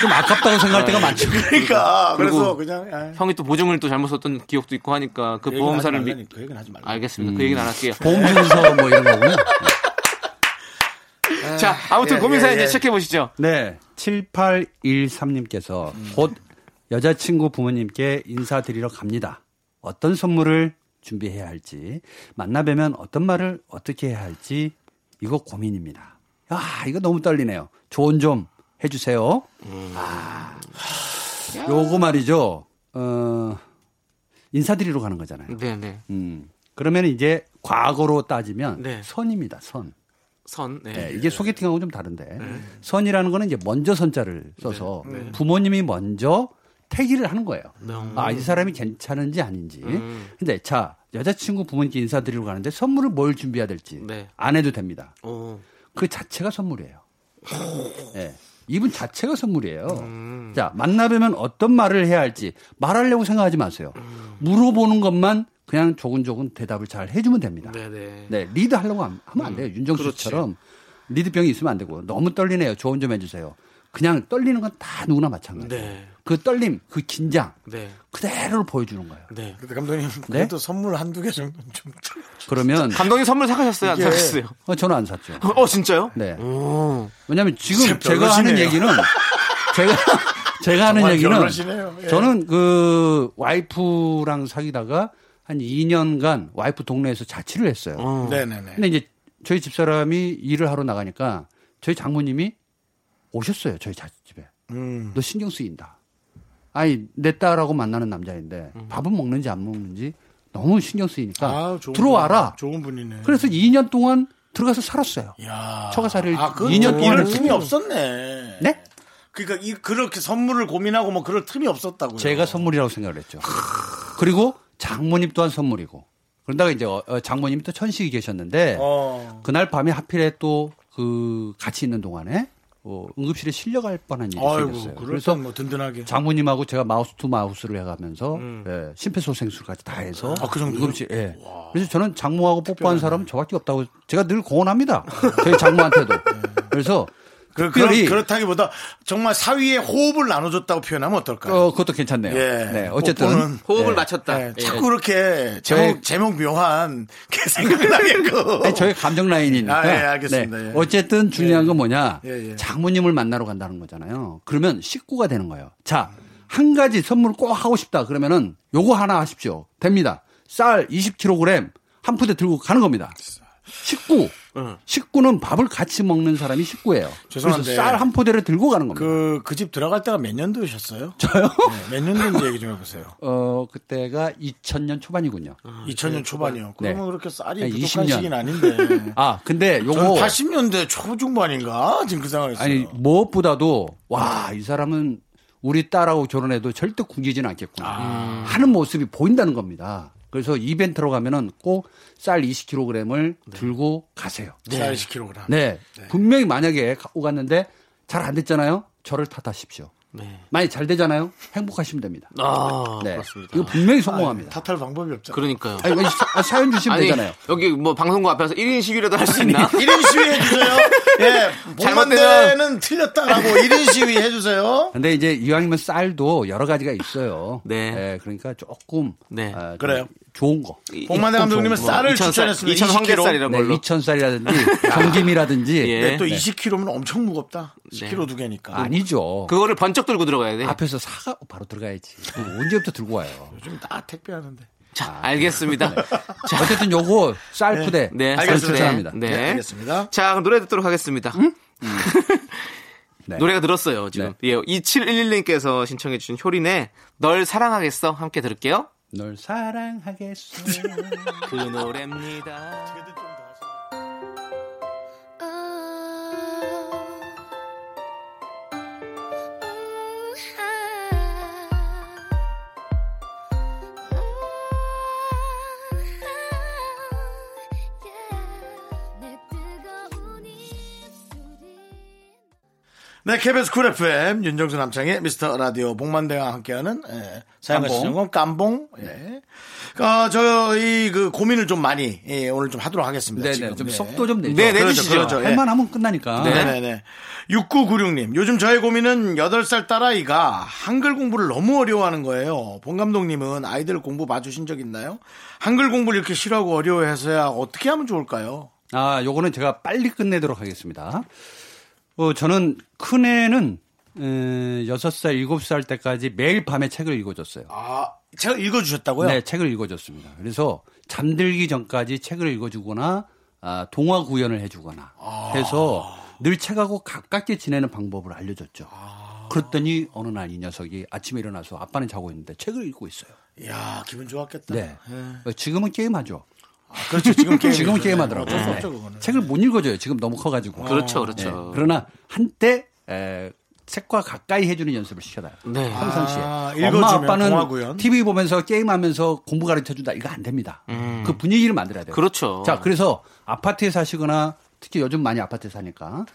S5: 좀 아깝다고 예. 생각할 때가 많죠.
S1: 그러니까 그래서
S2: 그리고
S1: 그냥 아,
S2: 형이 또 보증을 또 잘못 썼던 기억도 있고 하니까 그
S1: 그 얘기는 하지
S2: 보험사를 미...
S1: 말라니, 그 얘기는 하지 말라.
S2: 알겠습니다. 그 얘기는 안 할게요.
S5: 보험증서 뭐 이런 거군요.
S2: 자, 아무튼
S1: 예,
S2: 고민사연
S1: 예, 예.
S2: 이제 시작해 보시죠.
S5: 네. 7813님께서 곧 여자친구 부모님께 인사드리러 갑니다. 어떤 선물을 준비해야 할지, 만나뵈면 어떤 말을 어떻게 해야 할지, 이거 고민입니다. 아, 이거 너무 떨리네요. 조언 좀 해주세요. 아, 요거 말이죠. 어, 인사드리러 가는 거잖아요.
S2: 네, 네.
S5: 음. 그러면 이제 과거로 따지면
S2: 네.
S5: 선입니다, 선.
S2: 선. 네.
S1: 예.
S5: 네, 이게 소개팅하고 좀 다른데 선이라는 거는 이제 먼저 선자를
S2: 네.
S5: 써서 부모님이 먼저 태기를 하는 거예요.
S2: 네.
S5: 아, 이 사람이 괜찮은지 아닌지.
S2: 음.
S5: 근데 자, 여자친구 부모님께 인사드리러 가는데 선물을 뭘 준비해야 될지
S2: 네.
S5: 안 해도 됩니다.
S2: 어.
S5: 그 자체가 선물이에요. 예. 이분 자체가 선물이에요.
S2: 음.
S5: 자, 만나뵈면 어떤 말을 해야 할지 말하려고 생각하지 마세요.
S2: 음.
S5: 물어보는 것만 그냥 조근조근 대답을 잘 해주면 됩니다.
S2: 네,
S1: 예.
S2: 네.
S5: 네, 리드 하려고 함-
S1: 음,
S5: 하면 안 돼요. 윤정수처럼 리드병이 있으면 안 되고 너무 떨리네요. 조언 좀 해주세요. 그냥 떨리는 건 다 누구나 마찬가지예요.
S2: 네.
S5: 그 떨림, 그 긴장
S2: 네.
S5: 그대로 보여주는 거예요.
S2: 네.
S1: 근데 감독님 그래도 선물 한두 개 정도는 좀
S5: 그러면
S2: 감독님 선물 사가셨어요? 안
S1: 이게-
S2: 사가셨어요?
S5: 어, 저는 안 샀죠.
S2: 어, 진짜요?
S5: 네.
S2: 오.
S5: 왜냐하면
S1: 음. 진짜
S5: 지금 제가 하는
S1: 별로시네요.
S5: 얘기는 제가 제가 하는
S1: 정말
S5: 얘기는
S1: 별로시네요. 예.
S5: 저는 그 와이프랑 사귀다가 한 2년간 와이프 동네에서 자취를 했어요.
S1: 네네네.
S5: 근데 이제 저희 집사람이 일을 하러 나가니까 저희 장모님이 오셨어요. 저희 자취집에.
S1: 음.
S5: 너 신경 쓰인다. 아니 내 딸하고 만나는 남자인데 밥은 먹는지 안 먹는지 너무 신경 쓰이니까
S1: 음. 아, 좋은 예.
S5: 들어와라.
S1: 분, 좋은 분이네.
S5: 그래서 2년 동안 들어가서 살았어요.
S1: 야.
S5: 처가살이를
S1: 아, 그
S5: 2년 동안
S1: 이럴
S5: 했어요.
S1: 틈이 없었네.
S5: 네?
S1: 그러니까 이 그렇게 선물을 고민하고 뭐 그럴 틈이 없었다고요.
S5: 제가 선물이라고 생각을 했죠. 그리고 장모님 또한 선물이고. 그러다가 이제 어, 어, 장모님이 또 천식이 계셨는데
S1: 어.
S5: 그날 밤에 하필에 또 그 같이 있는 동안에 어, 응급실에 실려갈 뻔한 일이
S1: 아이고,
S5: 생겼어요.
S1: 그럴
S5: 그래서
S1: 땐뭐 든든하게.
S5: 장모님하고 제가 마우스 투 마우스를 해가면서 예, 심폐소생술까지 다 해서
S1: 음. 아, 그 정도요?
S5: 응급실, 예. 그래서 저는 장모하고 뽀뽀한 사람은 저밖에 없다고 제가 늘 공언합니다. 저희 장모한테도.
S1: 네.
S5: 그래서
S1: 그,
S5: 특별히-
S1: 렇다기보다 정말 사위의 호흡을 나눠줬다고 표현하면 어떨까요?
S5: 어, 그것도 괜찮네요.
S1: 예.
S5: 네, 어쨌든
S1: 뽀뽀는
S2: 호흡을
S5: 예.
S2: 맞췄다.
S1: 네, 자꾸 그렇게 제목
S5: 저의-
S1: 제목 묘한 게 생각나겠고.
S5: 아니, 저희 감정 라인이니까. 네.
S1: 아, 예, 알겠습니다. 예.
S5: 어쨌든 중요한 건 뭐냐.
S1: 예, 예.
S5: 장모님을 만나러 간다는 거잖아요. 그러면 식구가 되는 거예요. 자, 한 가지 선물 꼭 하고 싶다. 그러면은 요거 하나 하십시오. 됩니다. 쌀 20kg 한 푸대 들고 가는 겁니다. 식구. 식구는 밥을 같이 먹는 사람이 식구예요.
S1: 죄송한데.
S5: 그래서 쌀 한 포대를 들고 가는 겁니다.
S1: 그, 그 집 들어갈 때가 몇 년도셨어요? 저요? 몇 년도인지 얘기 좀 해보세요.
S5: 어, 그때가 2000년 초반이군요.
S1: 2000년 초반이요. 그러면
S5: 아, 네.
S1: 그렇게 쌀이
S5: 아니,
S1: 부족한
S5: 20년.
S1: 시기는 아닌데.
S5: 아, 근데
S1: 저는
S5: 요거
S1: 80년대 초중반인가? 지금 그 상황에서.
S5: 아니 무엇보다도 와 이 사람은 우리 딸하고 결혼해도 절대 굶기지는 않겠구나
S2: 아.
S5: 하는 모습이 보인다는 겁니다. 그래서 이벤트로 가면은 꼭 쌀 20kg을
S2: 네.
S5: 들고 가세요.
S1: 쌀 10kg.
S5: 네. 분명히 만약에 갖고 갔는데 잘 안 됐잖아요. 저를 탓하십시오.
S1: 네.
S5: 만약 잘 되잖아요. 행복하시면 됩니다.
S2: 아,
S5: 네.
S2: 그렇습니다.
S5: 이거 분명히 성공합니다.
S1: 탓할 방법이 없잖아.
S2: 그러니까요.
S5: 아니, 사- 아, 사연 주시면
S2: 아니,
S5: 되잖아요.
S2: 여기 뭐 방송국 앞에서 1인 시위라도 할 수 있나?
S1: 1인 시위 해주세요. 예. 본만대는 틀렸다라고 1인 시위 해주세요.
S5: 근데 이제 이왕이면 쌀도 여러 가지가 있어요.
S2: 네.
S5: 그러니까 조금
S2: 네.
S5: 아, 좀
S1: 그래요.
S5: 좋은 거.
S1: 복만대 감독님은 쌀을 추천했습니다.
S2: 2천
S1: 20kg.
S2: 황계살 이런
S5: 네,
S2: 걸로.
S5: 2천쌀이라든지 경김이라든지
S2: 예.
S1: 네, 또
S5: 네.
S1: 20kg면 엄청 무겁다. 10kg 두 개니까.
S5: 아니죠.
S2: 그거를 번쩍 들고 들어가야 돼.
S5: 앞에서 사가고 바로 들어가야지. 언제부터 들고 와요?
S1: 요즘 다 택배하는데.
S2: 자, 알겠습니다. 자,
S5: 어쨌든 요거 쌀 푸대 아,
S2: 네,
S5: 쌀
S1: 알겠습니다.
S5: 추천합니다.
S2: 네.
S1: 네, 알겠습니다.
S2: 자, 그럼 노래 듣도록 하겠습니다. 음.
S5: 네.
S2: 노래가 들었어요, 지금. 예, 2711님께서 신청해주신 효린의 널 사랑하겠어. 함께 들을게요.
S5: 널 사랑하겠어.
S2: 그 노래입니다.
S1: 네, KBS 쿨 FM, 윤정수 남창의 미스터 라디오, 복만대와 함께하는, 예, 사연과
S5: 깜봉.
S1: 신청곡, 깜봉. 예. 어, 저희, 그, 고민을 좀 많이, 예, 오늘 좀 하도록 하겠습니다.
S5: 네네.
S1: 지금.
S5: 좀
S1: 예.
S5: 속도 좀 그렇죠, 내죠.
S2: 네,
S1: 그러죠,
S2: 내주시죠.
S1: 그러죠. 예.
S5: 할만하면 끝나니까.
S2: 네.
S1: 네네네. 6996님, 요즘 저의 고민은 8살 딸아이가 한글 공부를 너무 어려워하는 거예요. 본 감독님은 아이들 공부 봐주신 적 있나요? 한글 공부를 이렇게 싫어하고 어려워해서야 어떻게 하면 좋을까요?
S5: 아, 요거는 제가 빨리 끝내도록 하겠습니다. 어, 저는 큰 애는 음, 6살, 7살 때까지 매일 밤에 책을 읽어줬어요.
S1: 아, 제가 읽어주셨다고요?
S5: 네, 책을 읽어줬습니다. 그래서 잠들기 전까지 책을 읽어주거나 아, 동화 구연을 해주거나 해서 늘 책하고 가깝게 지내는 방법을 알려줬죠. 그랬더니 어느 날 이 녀석이 아침에 일어나서 아빠는 자고 있는데 책을 읽고 있어요.
S1: 이야, 기분 좋았겠다.
S5: 네.
S1: 예.
S5: 어, 지금은 게임하죠.
S1: 아, 그렇죠. 지금 게임.
S5: 지금은 게임하더라고요.
S1: 어쩔 수 없죠,
S5: 네.
S1: 그거는. 아.
S5: 책을 못 읽어줘요. 지금 너무 커가지고.
S2: 그렇죠,
S5: 네.
S2: 그렇죠.
S5: 그러나 한때 에, 책과 가까이 해주는 연습을 시켜놔요.
S2: 네.
S5: 평상시에.
S1: 음. 아,
S5: 엄마
S1: 읽어주면
S5: 아빠는
S1: 동화구연.
S5: TV 보면서 게임하면서 공부 가르쳐준다 이거 안 됩니다. 그 분위기를 만들어야 돼요.
S2: 음. 그렇죠.
S5: 자 그래서 아파트에 사시거나 특히 요즘 많이 아파트에 사니까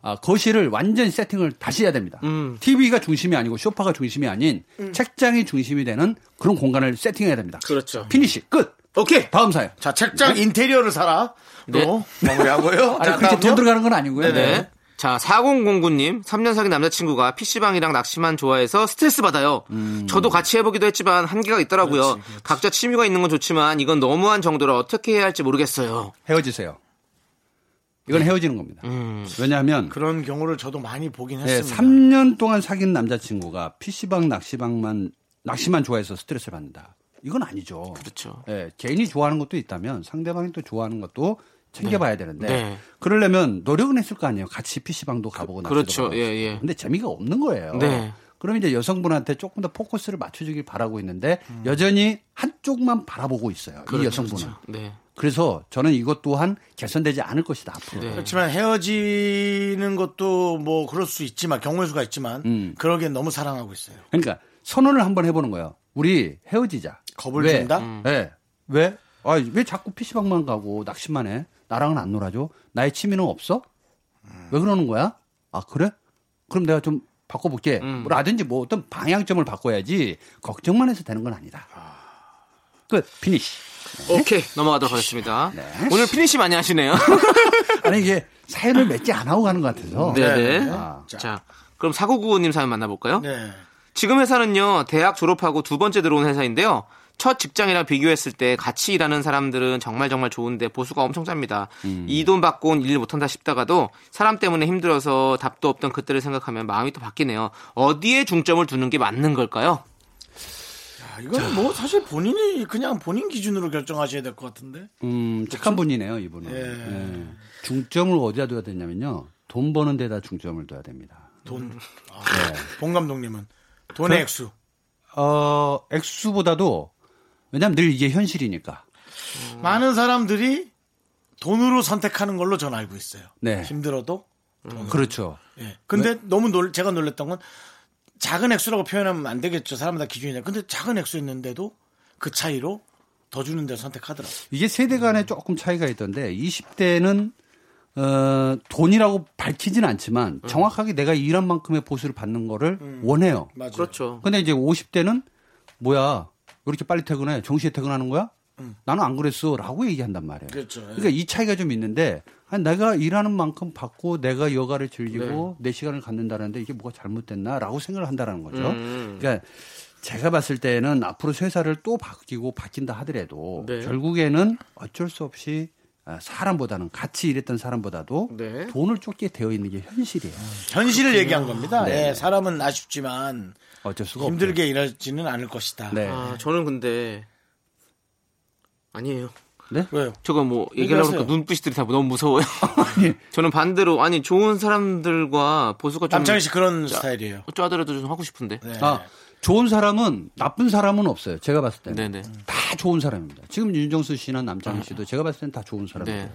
S5: 아, 거실을 완전 세팅을 다시 해야 됩니다.
S2: 음.
S5: TV가 중심이 아니고 소파가 중심이 아닌
S1: 음.
S5: 책장이 중심이 되는 그런 공간을 세팅해야 됩니다.
S2: 그렇죠.
S5: 피니시 끝.
S1: 오케이.
S5: 다음 사연.
S1: 자, 책장 인테리어를 사라. 로 마무리하고요.
S5: 네. 아니
S1: 자,
S5: 그렇게 돈
S1: 다음요?
S5: 들어가는 건 아니고요.
S2: 네. 자, 4009님, 3년 사귄 남자친구가 PC방이랑 낚시만 좋아해서 스트레스 받아요. 저도 같이 해보기도 했지만 한계가 있더라고요. 각자 취미가 있는 건 좋지만 이건 너무한 정도라 어떻게 해야 할지 모르겠어요.
S5: 헤어지세요. 이건
S2: 네.
S5: 헤어지는 겁니다.
S2: 음.
S5: 왜냐하면
S1: 그런 경우를 저도 많이 보긴
S5: 네,
S1: 했습니다.
S5: 3년 동안 사귄 남자친구가 PC방, 낚시방만, 낚시만 좋아해서 스트레스를 받는다. 이건 아니죠.
S2: 그렇죠.
S5: 예, 개인이 좋아하는 것도 있다면 상대방이 또 좋아하는 것도 챙겨봐야 되는데
S2: 네.
S5: 그러려면 노력은 했을 거 아니에요. 같이 PC방도 가보고 낚시도
S2: 그렇죠. 예,
S5: 가보고.
S2: 예.
S5: 근데 재미가 없는 거예요.
S2: 네.
S5: 그럼 이제 여성분한테 조금 더 포커스를 맞춰주길 바라고 있는데
S2: 음.
S5: 여전히 한쪽만 바라보고 있어요. 이 여성분은.
S2: 네.
S5: 그래서 저는 이것 또한 개선되지 않을 것이다 앞으로.
S2: 네.
S1: 그렇지만 헤어지는 것도 뭐 그럴 수 있지만 경우의 수가 있지만
S2: 음.
S1: 그러기엔 너무 사랑하고 있어요.
S5: 그러니까 선언을 한번 해보는 거예요. 우리 헤어지자.
S1: 겁을
S5: 왜?
S1: 준다?
S5: 네. 왜? 아, 왜 자꾸 PC방만 가고 낚시만 해? 나랑은 안 놀아줘? 나의 취미는 없어? 왜 그러는 거야? 아, 그래? 그럼 내가 좀 바꿔볼게.
S1: 음.
S5: 라든지 뭐 어떤 방향점을 바꿔야지 걱정만 해서 되는 건 아니다. 끝. 피니쉬.
S2: 오케이 넘어가도록 하겠습니다. 오늘 피니시 많이 하시네요.
S5: 아니, 이게 사연을 맺지 안 하고 가는 것 같아서.
S2: 네네.
S5: 아.
S2: 자, 그럼 4995님 사연 만나볼까요?
S1: 네.
S2: 지금 회사는요, 대학 졸업하고 두 번째 들어온 회사인데요. 첫 직장이랑 비교했을 때 같이 일하는 사람들은 정말 정말 좋은데 보수가 엄청 짭니다. 이 돈 받고 온 일 못한다 싶다가도 사람 때문에 힘들어서 답도 없던 그때를 생각하면 마음이 또 바뀌네요. 어디에 중점을 두는 게 맞는 걸까요?
S1: 아, 이건 뭐 사실 본인이 그냥 본인 기준으로 결정하셔야 될 것 같은데.
S5: 음, 착한 분이네요, 이분은.
S1: 그렇죠? 예.
S5: 예. 중점을 어디다 둬야 되냐면요. 돈 버는 데다 중점을 둬야 됩니다.
S2: 음.
S1: 돈. 아,
S2: 네.
S1: 본 감독님은 돈의 액수.
S5: 어, 액수보다도 왜냐면 늘 이게 현실이니까.
S1: 많은 사람들이 돈으로 선택하는 걸로 전 알고 있어요.
S5: 네.
S1: 힘들어도.
S5: 그렇죠.
S1: 예. 근데
S2: 네.
S1: 너무 놀, 제가 놀랬던 건 작은 액수라고 표현하면 안 되겠죠. 사람마다 기준이냐. 근데 작은 액수였는데도 그 차이로 더 주는 데 선택하더라고요.
S5: 이게 세대 간에 조금 차이가 있던데 20대는 어, 돈이라고 밝히진 않지만
S1: 음.
S5: 정확하게 내가 일한 만큼의 보수를 받는 거를 원해요.
S1: 맞아요.
S2: 그렇죠.
S5: 근데 이제 50대는 뭐야? 왜 이렇게 빨리 퇴근해? 정시에 퇴근하는 거야? 나는 안 그랬어라고 얘기한단 말이에요.
S1: 음. 그렇죠. 예.
S5: 그러니까 이 차이가 좀 있는데 아, 내가 일하는 만큼 받고 내가 여가를 즐기고
S2: 네.
S5: 내 시간을 갖는다는데 이게 뭐가 잘못됐나라고 생각을 한다라는 거죠.
S2: 음.
S5: 그러니까 제가 봤을 때는 앞으로 세사를 또 바뀌고 바뀐다 하더라도
S2: 네.
S5: 결국에는 어쩔 수 없이 아, 사람보다는 같이 일했던 사람보다도
S2: 네.
S5: 돈을 쫓게 되어 있는 게 현실이에요.
S1: 현실을 얘기한 겁니다. 예, 사람은 아쉽지만
S5: 어쩔 수가 없죠.
S1: 힘들게 일하지는 않을 것이다.
S5: 네.
S2: 아, 저는 근데 아니에요.
S1: 왜요?
S2: 저거 뭐 얘기하려고
S1: 얘기하세요.
S2: 하니까 눈빛들이 다 너무 무서워요. 저는 반대로 아니 좋은 사람들과 보수가 좀
S1: 남창희 씨 그런 스타일이에요.
S2: 짜더라도 좀 하고 싶은데.
S1: 네.
S5: 아, 좋은 사람은 나쁜 사람은 없어요. 제가 봤을 때는.
S2: 네네.
S5: 다 좋은 사람입니다. 지금 윤정수 씨나 남창희 씨도 제가 봤을 때는 다 좋은 사람이에요.
S2: 네.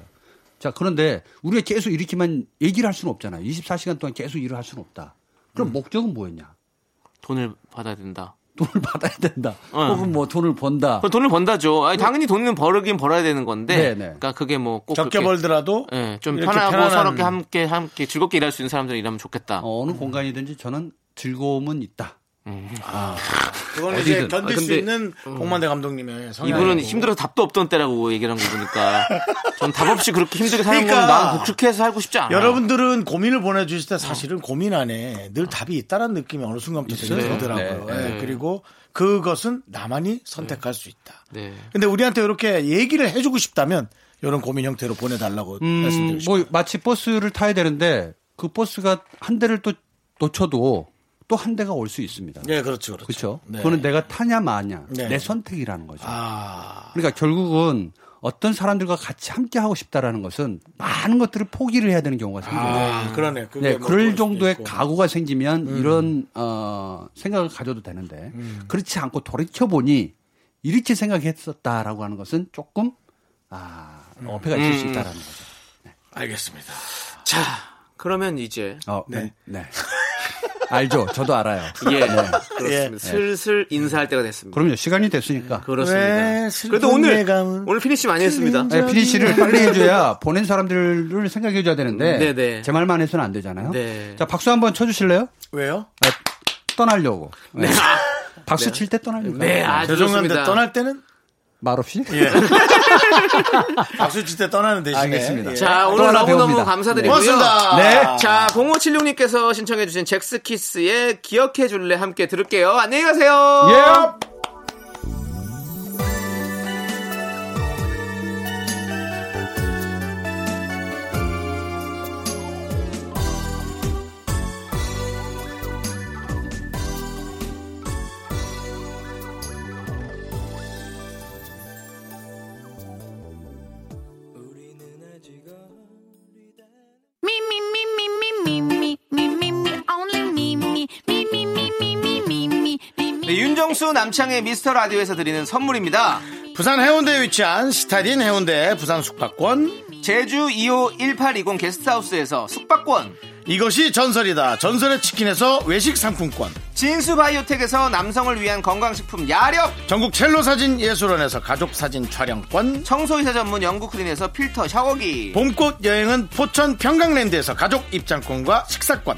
S5: 자, 그런데 우리가 계속 이렇게만 얘기를 할 수는 없잖아요. 24시간 동안 계속 일을 할 수는 없다.
S2: 음.
S5: 그럼 목적은 뭐였냐?
S2: 돈을 받아야 된다.
S5: 돈을 받아야 된다.
S2: 네.
S5: 혹은 뭐 돈을 번다.
S2: 그럼 돈을 번다죠. 아니, 당연히 돈은 벌긴 벌어야 되는 건데.
S5: 네네.
S2: 그러니까 그게 뭐꼭
S1: 적게 벌더라도
S2: 예, 좀
S1: 이렇게
S2: 편하고
S1: 편안한-
S2: 서럽게 함께 함께 즐겁게 일할 수 있는 사람들이 일하면 좋겠다.
S5: 어, 어느 공간이든지 저는 즐거움은 있다.
S2: 음.
S1: 그건 이제
S5: 어디든.
S1: 견딜
S2: 아,
S1: 수
S2: 근데-
S1: 있는 복만대 감독님의 성향.
S2: 이분은 힘들어서 답도 없던 때라고 얘기를 한 거 보니까 전 답 없이 그렇게 힘들게 사는
S1: 그러니까.
S2: 건 나는 그렇게 해서 살고 싶지 않아.
S1: 여러분들은 고민을 보내주실 때 사실은 고민 안에 늘 답이 있다는 느낌이 어느 순간부터 되게
S2: 있어요.
S1: 들더라고요.
S5: 네,
S1: 예, 그리고 그것은 나만이 선택할 수 있다.
S2: 네.
S1: 근데 우리한테 이렇게 얘기를 해주고 싶다면 이런 고민 형태로 보내달라고 말씀드리고
S5: 음,
S1: 싶어요.
S5: 뭐 마치 버스를 타야 되는데 그 버스가 한 대를 또 놓쳐도 또 한 대가 올 수 있습니다.
S1: 네, 그렇죠, 그렇죠.
S5: 뭐 그렇죠.
S1: 네.
S5: 그거는 내가 타냐 마냐
S1: 네.
S5: 내 선택이라는 거죠.
S1: 아,
S5: 그러니까 결국은 어떤 사람들과 같이 함께 하고 싶다라는 것은 많은 것들을 포기를 해야 되는 경우가 생겨요.
S1: 아, 그러네. 그게
S5: 네,
S1: 뭐
S5: 그럴
S1: 그럴 수도
S5: 정도의
S1: 있고. 음.
S5: 각오가 생기면 이런 어, 생각을 가져도 되는데 그렇지 않고 돌이켜 보니 이렇게 생각했었다라고 하는 것은 조금 아,
S1: 음.
S5: 어폐가 있을 수 있다라는 거죠.
S1: 알겠습니다.
S2: 자, 그러면 이제
S5: 어, 네. 네. 알죠. 저도 알아요.
S2: 예, 그렇습니다.
S1: 예.
S2: 슬슬 인사할 때가 됐습니다.
S5: 그럼요. 시간이
S1: 음,
S5: 됐으니까.
S2: 그렇습니다.
S1: 왜 슬픈
S2: 그래도 오늘
S1: 예감은
S2: 오늘 피니시 많이 했습니다.
S5: 네, 피디 씨를 빨리 해줘야 보낸 사람들을 생각해줘야 되는데
S2: 네, 네.
S5: 제 말만 해서는 안 되잖아요.
S2: 네.
S5: 자 박수 한번 쳐주실래요?
S1: 왜요?
S5: 아, 떠나려고. 네. 박수 칠 때 떠나려고.
S2: 네, 아주 예.
S1: 죄송한데
S2: 좋습니다.
S1: 떠날 때는
S5: 말없이?
S1: 박수 칠 때 떠나는 대신에
S5: 알겠습니다.
S1: 예.
S2: 자,
S5: 또
S2: 오늘
S5: 하나
S2: 너무너무
S5: 배웁니다.
S2: 감사드리고요.
S1: 고맙습니다.
S5: 네.
S2: 자, 0576님께서 신청해주신 잭스키스의 기억해줄래 함께 들을게요. 안녕히 가세요.
S5: 예.
S3: Me, me, me, me, me, me, me, me, me, me, only me, me, me, me, me, me, me, me, me, me, me.
S2: 네, 윤정수 남창의 미스터 라디오에서 드리는 선물입니다.
S1: 부산 해운대에 위치한 스타딘 해운대 부산 숙박권
S2: 제주 2호 1820 게스트하우스에서 숙박권,
S1: 이것이 전설이다. 전설의 치킨에서 외식 상품권.
S2: 진수 바이오텍에서 남성을 위한 건강식품 야력,
S1: 전국 첼로 사진 예술원에서 가족 사진 촬영권.
S2: 청소이사 전문 영국 크린에서 필터 샤워기,
S1: 봄꽃 여행은 포천 평강랜드에서 가족 입장권과 식사권.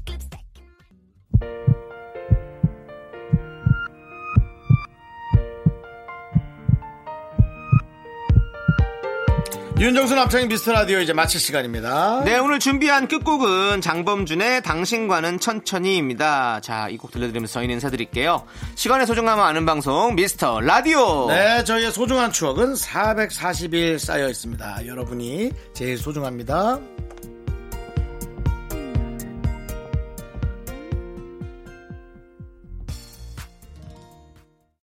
S3: lipstick.
S1: 윤정수 남창인 미스터 라디오 이제 마칠 시간입니다.
S2: 네, 오늘 준비한 끝곡은 장범준의 당신과는 천천히입니다. 자, 이 곡 들려드리면서 저희는 인사드릴게요. 시간의 소중함을 아는 방송, 미스터 라디오.
S1: 네, 저희의 소중한 추억은 440일 쌓여 있습니다. 여러분이 제일 소중합니다.